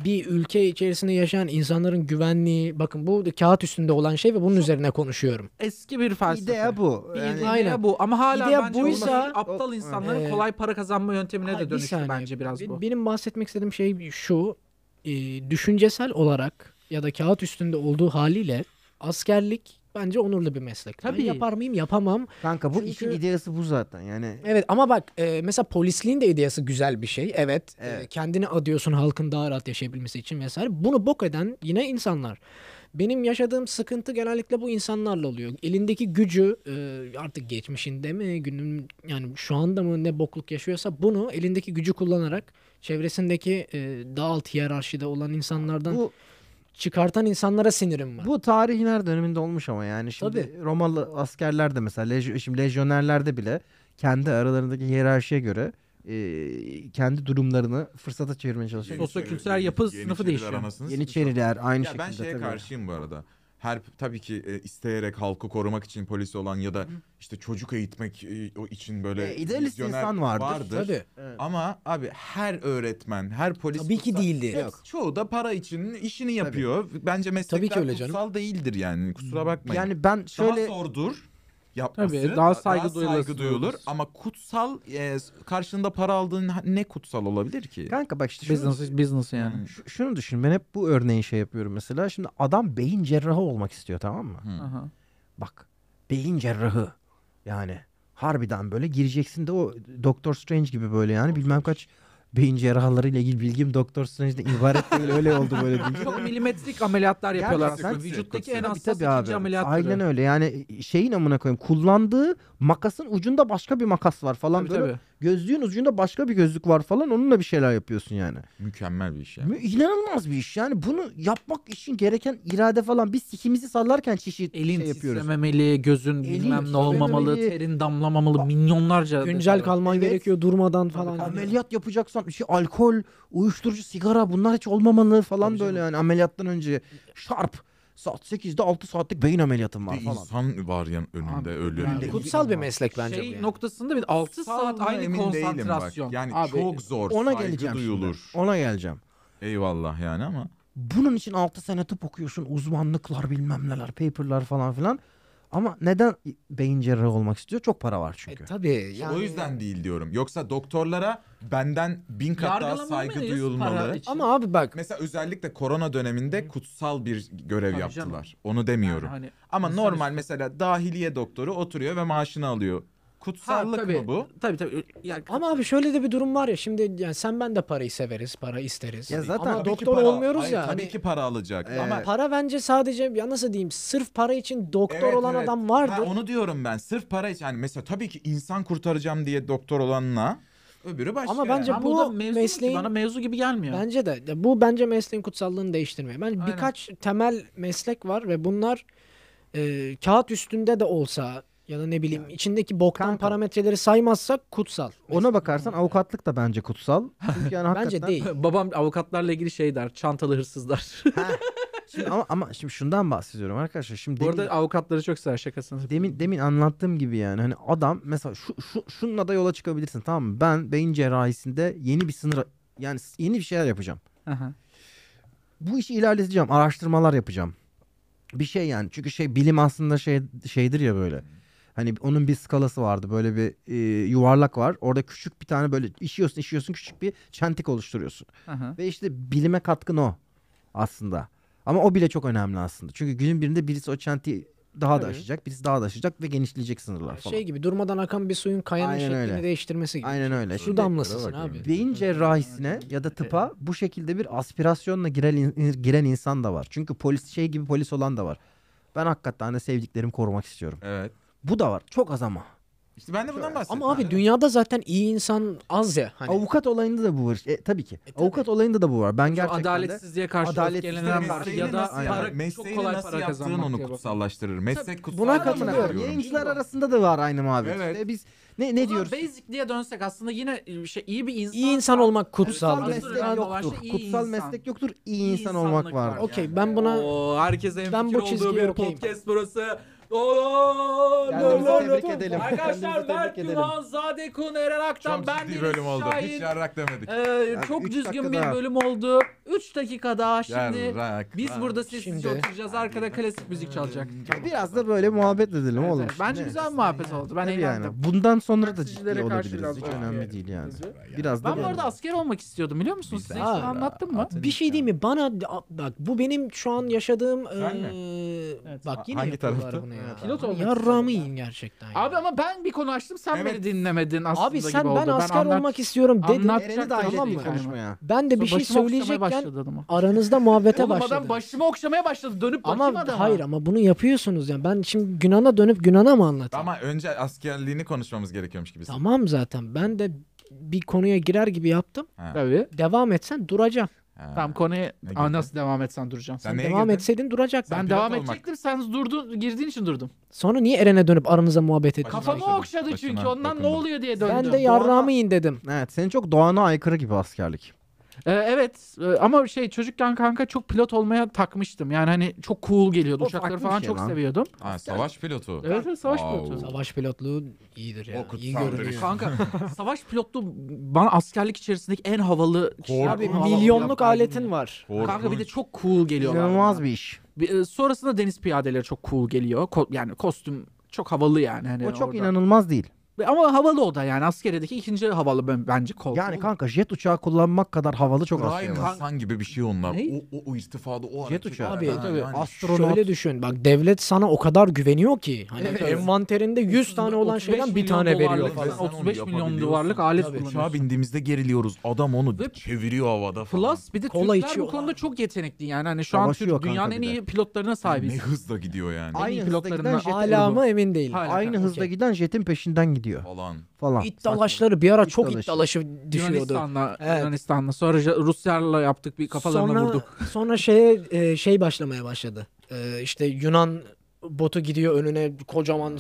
bir ülke içerisinde yaşayan insanların güvenliği bakın bu kağıt üstünde olan şey ve bunun üzerine konuşuyorum.
Eski bir felsefe.
İdea bu.
Bir
Yani
idea
Aynen.
bu ama hala
İdea
bence
buysa-
olması- aptal
O-
insanların
Ee,
kolay para kazanma yöntemine
Hayır,
de
bir
dönüştü
saniye.
bence biraz
Be-
bu.
Benim bahsetmek istediğim şey şu. e, düşüncesel olarak ya da kağıt üstünde olduğu haliyle askerlik bence onurlu bir meslek. Ben
Tabii.
yapar mıyım? Yapamam.
kanka bu
Çünkü-
işin ideası bu zaten. Yani
Evet ama bak e, mesela polisliğin de ideası güzel bir şey. Evet. e,
Evet.
kendini adıyorsun halkın daha rahat yaşayabilmesi için vesaire. Bunu bok eden yine insanlar. Benim yaşadığım sıkıntı genellikle bu insanlarla oluyor. Elindeki gücü e, artık geçmişinde mi günün yani şu anda mı ne bokluk yaşıyorsa bunu elindeki gücü kullanarak çevresindeki e, daha alt hiyerarşide olan insanlardan
bu
çıkartan insanlara sinirim var.
bu tarihin her döneminde olmuş ama yani şimdi Romalı askerler de mesela lej- şimdi lejyonerlerde bile kendi aralarındaki hiyerarşiye göre e, kendi durumlarını fırsata çevirmeye çalışıyor.
Sosyokültürel yapı sınıfı değişiyor.
Yeniçeriler aynı
ya
şekilde
ben şeye
tabii.
karşıyım bu arada. Her tabii ki e, isteyerek halkı korumak için polisi olan ya da işte çocuk eğitmek e, o için böyle
E, idealist
vizyoner
insan vardır.
Tabii.
Ama abi her öğretmen, her polis
Tabii ki
tutsa-
değildir.
Hepsi- Çoğu da para için işini yapıyor. Bence meslekler
Tabii ki öyle canım.
kutsal değildir yani. Kusura bakmayın.
Yani ben
Daha
şöyle
zordur yapması.
Tabii, daha saygı duyulası
saygı duyulur.
duyulur.
Ama kutsal e, karşında para aldığın ha- ne kutsal olabilir ki?
kanka bak işte şunu,
Business is business yani.
şu- şunu düşün. Ben hep bu örneği şey yapıyorum mesela. Şimdi adam beyin cerrahı olmak istiyor tamam mı?
Hmm.
Aha.
Bak beyin cerrahı yani harbiden böyle gireceksin de o Doctor Strange gibi böyle yani bilmem kaç beyin cerrahlarıyla ilgili bilgim Doctor Strange'den ibaret değil öyle oldu böyle bilgi.
Çok milimetrik ameliyatlar yapıyorlar.
Gerçekten-
aslında. Vücuttaki en
Tabii,
hassas
Tabii
ikinci
abi.
ameliyat
Aynen
türü.
öyle. Yani şeyin amına koyayım kullandığı makasın ucunda başka bir makas var falan
Tabii,
böyle.
tabii.
Gözlüğün ucunda başka bir gözlük var falan. Onunla bir şeyler yapıyorsun yani.
Mükemmel bir iş yani.
Mü- İnanılmaz bir iş. Yani bunu yapmak için gereken irade falan. Biz sikimizi sallarken çişi
Elin
şey yapıyoruz.
titrememeli, gözün
Elin
bilmem ne olmamalı,
titrememeli.
terin damlamamalı, milyonlarca Şey detay
Güncel
var.
kalman
Evet.
gerekiyor durmadan falan.
Ameliyat yapacaksan şey alkol, uyuşturucu, sigara bunlar hiç olmamalı falan
Tabii
böyle yani ameliyattan önce şarp saat 8'de 6 saatlik beyin ameliyatım var
Bir
falan.
insan var yan önünde
Abi,
ölüyor.
yani
Kutsal bir meslek bence bu.
şey
yani.
noktasında bir 6 saat aynı
emin değilim bak.
konsantrasyon.
Yani
Abi,
çok zor.
Ona
saygı
geleceğim. şimdi.
duyulur.
Ona geleceğim.
Eyvallah yani ama.
Bunun için 6 sene tıp okuyorsun. Uzmanlıklar bilmem neler, paperlar falan filan. Ama neden beyin cerrahı olmak istiyor? Çok para var
E,
çünkü.
tabii. Yani,
o yüzden değil diyorum. Yoksa doktorlara benden bin kat daha saygı
Yargılamamalıyız para
duyulmalı.
için.
Ama abi bak
Mesela özellikle korona döneminde kutsal bir görev
Tabii canım.
yaptılar. Onu demiyorum.
hani
Ama
insan
normal mesela dahiliye doktoru oturuyor ve maaşını alıyor. Kutsallık
tabii.
mı bu?
Tabii tabii. Yani
Ama abi şöyle de bir durum var ya şimdi yani sen ben de parayı severiz, para isteriz. Hani
Ya zaten-
Ama
Tabii ki
doktor
para-
olmuyoruz
Hayır,
ya.
Tabii
hani
ki para alacak.
Ee,
Ama
Para bence sadece ya nasıl diyeyim sırf para için doktor
Evet,
olan
evet.
adam vardır.
Ha, onu diyorum ben. Sırf para için. Yani mesela tabii ki insan kurtaracağım diye doktor olanla Öbürü başka.
Ama bence
yani.
Ben
bu
burada mevzu mu ki?
mesleğin-
bana mevzu gibi gelmiyor.
Bence de. Ya Bu bence mesleğin kutsallığını değiştirmiyor. Ben birkaç temel meslek var ve bunlar e, kağıt üstünde de olsa ya da ne bileyim içindeki boktan
Kanka.
parametreleri saymazsak kutsal.
Ona bakarsan avukatlık da bence kutsal. Çünkü yani
Bence
hakikaten-
değil.
Babam avukatlarla ilgili şey der. Çantalı hırsızlar.
Şimdi ama, ama şimdi şundan bahsediyorum arkadaşlar. Şimdi
Bu
demin,
arada avukatları çok sever şakasını.
demin demin anlattığım gibi yani hani adam mesela şu, şu şununla da yola çıkabilirsin tamam mı? Ben beyin cerrahisinde yeni bir sınır yani yeni bir şeyler yapacağım.
Aha.
bu işi ilerleteceğim. Araştırmalar yapacağım. Bir şey yani. Çünkü şey bilim aslında şey şeydir ya böyle. Hani onun bir skalası vardı. Böyle bir e, yuvarlak var. Orada küçük bir tane böyle işiyorsun işiyorsun küçük bir çentik oluşturuyorsun.
Aha.
Ve işte bilime katkın o aslında. Ama o bile çok önemli aslında. Çünkü günün birinde birisi o çentiği daha da
Tabii.
aşacak. Birisi daha da aşacak ve genişleyecek sınırlar falan.
Şey gibi durmadan akan bir suyun kayanın
Aynen
şeklini
öyle.
değiştirmesi gibi.
Aynen öyle.
Su
Şimdi
damlasısın
Bakıyorum.
abi.
beyin cerrahisine ya da tıpa bu şekilde bir aspirasyonla giren, in- giren insan da var. Çünkü polis şey gibi polis olan da var. Ben hakikaten hani sevdiklerimi korumak istiyorum.
Evet.
Bu da var. Çok az ama.
İşte ben de bundan bahsediyorum.
Ama abi dünyada zaten iyi insan az ya. Hani
Avukat olayında da bu var. E, tabii ki. Avukat olayında da bu var. Ben gerçekten de-
Adaletsizliğe karşı
Adaletsizliğe
öfkelenen
karşı-
karşı ya da
nasıl,
Aynen.
para,
mesleğini
çok kolay
nasıl
para
yaptığın
kazanmak diye
onu
bak.
kutsallaştırır. Meslek kutsal.
buna
değil
Katılıyorum.
diyorum.
Yayıncılar arasında da var aynı muhabbet.
Evet.
İşte biz ne ne
O zaman
diyoruz?
Basic diye dönsek aslında yine e, şey iyi bir insan.
iyi insan olmak
Kutsal
kutsal.
Kutsal
meslek
olan da var,
yoktur.
şey iyi insan.
Kutsal meslek yoktur. İyi
İyi
insan olmak
insanlık
var.
var.
Okey
Yani.
ben buna
Oo, herkese en
Ben bu
fikir olduğu
çizgiye
bir
okeyim.
podcast burası. Oo,
Kendimizi
lo, lo,
tebrik
lo.
edelim.
Arkadaşlar
Kendimizi
Mert
tebrik
Günhan, Zade Kun, Eren Aktan,
Çok
ben
ciddi
Deniz
bölüm oldu.
Şahin.
Hiç yarrak demedik.
Ee,
üç
çok
dakika
düzgün bir
daha.
bölüm oldu. 3 dakika daha şimdi.
Yarrak.
Biz
Ha.
burada sessizce
Şimdi-
oturacağız. Arkada klasik müzik çalacak.
E, Biraz da böyle muhabbet edelim
Evet,
oğlum.
evet. Bence
Ne?
güzel bir muhabbet oldu. Ben
Tabii
eğlendim.
yani. Bundan sonra da ciddi
Taksicilere karşı
olabiliriz.
biraz
Hiç
daha-
önemli
Evet.
değil yani. Biraz da
Ben bu
böyle.
arada asker olmak istiyordum biliyor musunuz? Size hiç
Aa,
anlattım mı?
bir şey diyeyim mi? Bana a- bak bu benim şu an yaşadığım
Sen mi?
eee,
Evet.
Ha-
bak yine
hangi
yapıyorlar
tarafta?
bunu ya.
Evet.
Pilot olmak
Yarrağımı yiyin gerçekten. ya.
Abi ama ben bir konu açtım sen
Evet.
beni dinlemedin aslında
Abi
gibi
sen ben
oldu.
asker
anlat-
olmak istiyorum dedin.
anlat-
Eren'i dahil
Tamam
ettik
mı?
konuşmaya.
Ben de bir
Sonra
şey
başıma okşamaya
söyleyecekken
başladı adamı.
aranızda muhabbete
Oğlum
başladı.
adam başımı okşamaya başladı. Dönüp bakayım
Ama
adama.
hayır ama bunu yapıyorsunuz yani. Ben şimdi Günan'a dönüp Günan'a mı anlatayım?
Ama önce askerliğini konuşmamız gerekiyormuş gibi.
Tamam zaten. Ben de bir konuya girer gibi yaptım.
Tabii.
Devam etsen duracağım.
Ha.
Tamam konuya
Ne
Aa,
girdin?
nasıl devam etsen duracağım.
Sen neye
devam
girdin?
etseydin duracaktın.
Sen
ben
pilot
devam
olmak-
edecektim. Sen durdun, girdiğin için durdum.
Sonra niye Eren'e dönüp aranıza muhabbet ettiniz?
Başına okşadım,
Kafamı okşadı
başına
çünkü ondan
dokundum.
ne oluyor diye döndüm.
Ben de yarrağımı yiyin dedim.
Evet senin çok doğana aykırı gibi askerlik.
Ee, evet e, ama şey çocukken kanka çok pilot olmaya takmıştım. Yani hani çok cool geliyordu.
O
Uçakları
farklı bir
falan
şey
çok
lan.
seviyordum.
Ha, savaş pilotu.
Evet evet savaş
Wow.
pilotu.
Savaş pilotluğu iyidir ya.
O
İyi
kutsaldır
görünüyor.
Kanka savaş pilotlu bana askerlik içerisindeki en havalı kişiler.
Abi
Havalı
milyonluk
yapar
aletin
bunu.
var.
Kanka bir de
Korkunç.
çok cool geliyorlar.
İnanılmaz bir iş.
Bir, e, Sonrasında deniz piyadeleri çok cool geliyor. Ko- yani kostüm çok havalı yani. Hani
O çok
orada.
inanılmaz değil.
Ama havalı o da yani. Askeredeki ikinci havalı ben- bence kol.
Yani kanka jet uçağı kullanmak kadar havalı çok az şey
Prime
var.
insan gibi bir şey onlar.
Ne?
O, o, o irtifada o
Jet
hareketi-
uçağı.
Abi,
Ha,
tabii.
yani
Astronot.
Şöyle düşün bak devlet sana o kadar güveniyor ki. Hani envanterinde 100 tane olan
35
şeyden bir
milyon
tane veriyor
dolarlık
falan.
Sen onu
35 milyon
yapabiliyorsun.
dolarlık alet
Tabii. Uçağa
kullanıyorsun.
bindiğimizde geriliyoruz. Adam onu
Ve-
çeviriyor havada falan.
Plus bir de
Kola
Türkler bu
içiyorlar.
konuda çok yetenekli yani. Hani şu an
Savaşı
Türk-
yok kanka
dünyanın
bir
en
de.
iyi pilotlarına
ne
sahibiz.
hızla gidiyor yani.
Ay-
Aynı hızda
pilotlarından
giden jet
hala-
Hala mı emin değilim.
Hala.
aynı
Okey.
hızda giden jetin peşinden gidiyor
falan.
falan.
İddialaşları bir ara
İt
çok
dalaşı.
iddialaşı düşüyordu.
Yunanistan'la,
Evet.
Yunanistan'la sonra Ja- Ruslarla yaptık bir kafalarına
sonra,
vurduk.
Sonra şeye e, şey başlamaya başladı. E, işte Yunan botu gidiyor önüne kocaman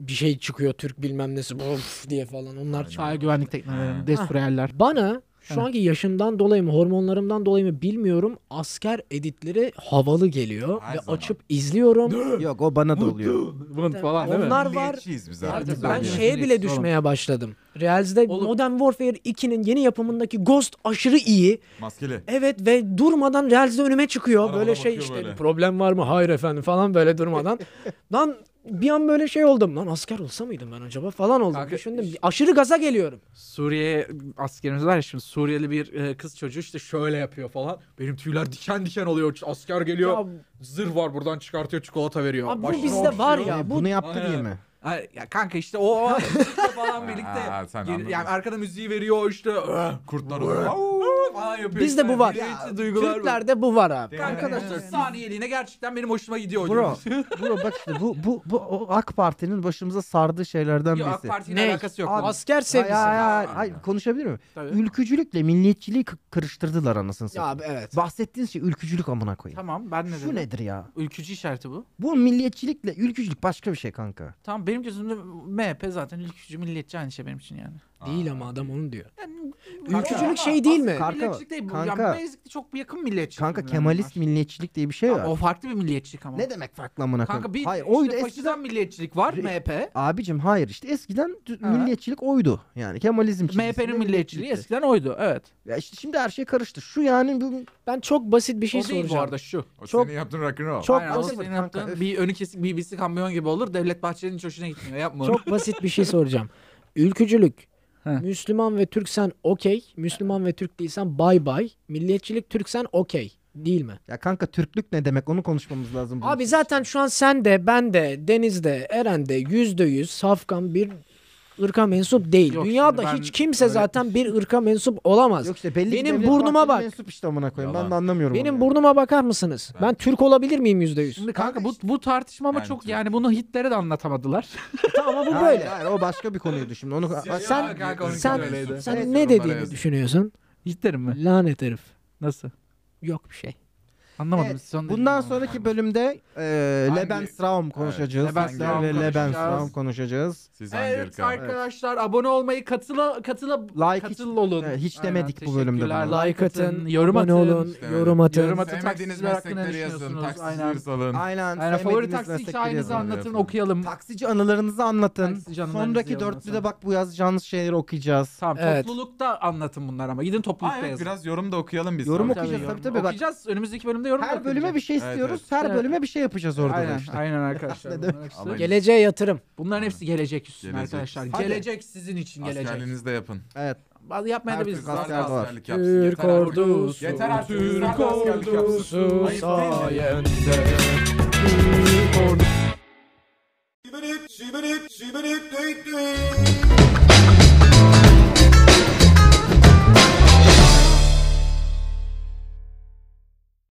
bir şey çıkıyor Türk bilmem nesi "Buf" diye falan onlar çıkıyor.
Sahil güvenlik
Ha.
teknolojileri, destroyerler.
Bana şu anki yaşımdan dolayı mı hormonlarımdan dolayı mı bilmiyorum asker editleri havalı geliyor
Her
ve
zaman.
açıp izliyorum.
Yok o bana da oluyor.
Bunun falan değil mi?
Onlar var.
Milliyetçiyiz biz
Artık
artık.
Ben şey-
Biz
şeye bile
milliyetçiyiz
düşmeye başladım. Reals'de
Oğlum.
Modern Warfare 2'nin yeni yapımındaki Ghost aşırı iyi.
Maskeli.
Evet ve durmadan Reels'de önüme çıkıyor.
Arabada
böyle şey
bakıyor
işte
böyle.
problem var mı? Hayır efendim falan böyle durmadan. Lan bir an böyle şey oldum. Lan asker olsa mıydım ben acaba falan oldum.
Kanka,
Düşündüm. Aşırı gaza geliyorum.
Suriye askerimiz var ya şimdi Suriyeli bir e, kız çocuğu işte şöyle yapıyor falan. Benim tüyler diken diken oluyor. Asker geliyor.
Ya,
Zırh var buradan çıkartıyor çikolata veriyor.
Abi bu
Başına
bizde
şey
okşuyor.
var ya.
Yani
bu-
E, bunu yaptı diye mi?
Ay, ya kanka işte o o- falan birlikte.
Ha, sen
Gel-
anladın.
yani arkada müziği veriyor işte. "Öh,
Kurtlar oluyor.
falan yapıyor.
Bizde bu var.
Milliyetçi duygular var.
Türklerde bu var abi.
Arkadaşlar saniyeliğine gerçekten benim hoşuma gidiyor.
Bro, bro bak işte bu bu bu o AK Parti'nin başımıza sardığı şeylerden
Yok AK
birisi.
Parti'nin
Ne?
alakası yok.
Abi,
Asker
Hayır,
sevgisi.
hayır, hayır, hayır, konuşabilir miyim?
Tabii.
Ülkücülükle milliyetçiliği kı- karıştırdılar anasını
Ya
satayım.
abi evet.
Bahsettiğin şey ülkücülük amına koyayım.
Tamam ben ne dedim?
Şu nedir ya?
Ülkücü işareti bu.
Bu milliyetçilikle ülkücülük başka bir şey kanka.
Tamam benim gözümde MHP zaten ülkücü milliyetçi aynı şey benim için yani.
Değil ama adam onu diyor.
Ama
Ülkücülük şey değil mi?
Kanka-
milliyetçilik değil bu.
kanka-
yani Beyazıt'ta çok yakın milliyetçi.
Kanka Kemalist milliyetçilik diye bir şey
O
var.
farklı bir milliyetçilik ama.
Ne demek farklı amına koyayım?
Kanka bir
Hayır,
Hayır,
oydu
işte
eskiden
faşizan milliyetçilik var MHP.
Abicim hayır işte eskiden dü-
Ha.
milliyetçilik oydu. Yani Kemalizm çizgisinde
MHP'nin milliyetçiliği
milliyetçilik.
eskiden oydu evet.
Ya işte şimdi her şey karıştı. Şu yani bu
Ben çok basit bir şey
o değil bu
soracağım.
arada şu.
O
Çok-
senin yaptığın rock'n'roll.
Çok
Aynen, o
basit.
senin
kanka, öf.
yaptığın bir önü kesik BBC kamyon gibi olur. Devlet Bahçeli'nin hiç hoşuna gitmiyor. Yapma onu.
Çok basit bir şey soracağım. Ülkücülük.
Heh.
Müslüman ve Türksen okey. Müslüman ve Türk değilsen bay bay. Milliyetçilik Türksen okey. Değil mi?
ya kanka Türklük ne demek onu konuşmamız lazım. bunun
Abi
için.
zaten şu an sen de ben de Deniz de Eren de yüzde yüz safkan bir ırka mensup değil.
Yok,
Dünyada
şimdi ben
hiç kimse
öyle-
zaten bir ırka mensup olamaz.
Yok işte belli ki
Benim
devlet
burnuma
bahçeli
bak.
Mensup işte amına koyayım. Ben
Yalan.
de anlamıyorum.
Benim
onu ya.
burnuma bakar mısınız? Ben, Türk olabilir miyim yüzde yüz?
Şimdi kanka bu bu tartışma ama
Yani
çok
tabii.
yani bunu Hitler'e de anlatamadılar.
Tamam ama bu
Hayır,
böyle.
hayır, o başka bir konuydu şimdi. Onu
sen-
Ya kanka, onunki
sen-
de öyleydi.
Sen
Evet,
ne
yorumlara
dediğini
yazın.
düşünüyorsun?
Hitler'in mi?
Lanet herif.
Nasıl?
Yok bir şey.
Anlamadım.
Evet,
son
E, Bundan sonraki bölümde e, Lebensraum konuşacağız.
Lebensraum
Sizlerle
konuşacağız.
Lebensraum konuşacağız.
Siz hangi
Evet
ırka?
arkadaşlar abone olmayı katıla katıla
Like hiç,
katıl olun.
evet, hiç
Aynen,
demedik bu bölümde
teşekkürler.
bunu.
Like atın,
atın, yorum
abone
atın.
olun,
İşte
yorum atın.
Yorum atın.
Sevmediğiniz
Taksiciler hakkında
meslekleri
ne
yazın.
düşünüyorsunuz?
Taksicileri salın.
Aynen.
Aynen favori
sevmediğiniz
taksici
meslekleri
çayınızı
yazın.
anlatın
Yazın.
okuyalım.
Taksici anılarınızı anlatın.
Taksici anılarınızı
Sonraki
yazın
dörtlüde
mesela.
bak bu yazacağınız şeyleri okuyacağız.
Tamam
Evet.
toplulukta anlatın bunlar ama gidin toplulukta
Aa, evet,
yazın.
biraz yorum da okuyalım biz.
Yorum
sana.
okuyacağız
yorum-
tabii tabii bak.
Okuyacağız önümüzdeki bölümde yorum
Her bölüme bir şey
Evet,
istiyoruz. Her
Evet.
bölüme bir şey yapacağız orada da
aynen,
işte.
aynen arkadaşlar. bunların, hepsi,
Ama-
Geleceğe yatırım.
bunların hepsi gelecek üstüne
Gelecek.
arkadaşlar.
Hadi.
Gelecek sizin için gelecek.
Askerliğinizi de yapın.
Evet.
Bazı yapmaya da
Her
biz
Türk askeri var.
Askerlik yapsın.
Türk
Yeter artık.
ordusu.
Yeter artık. Türk askerlik yapsın. Ayıp değil mi?
Shibbity, shibbity, shibbity, dee dee.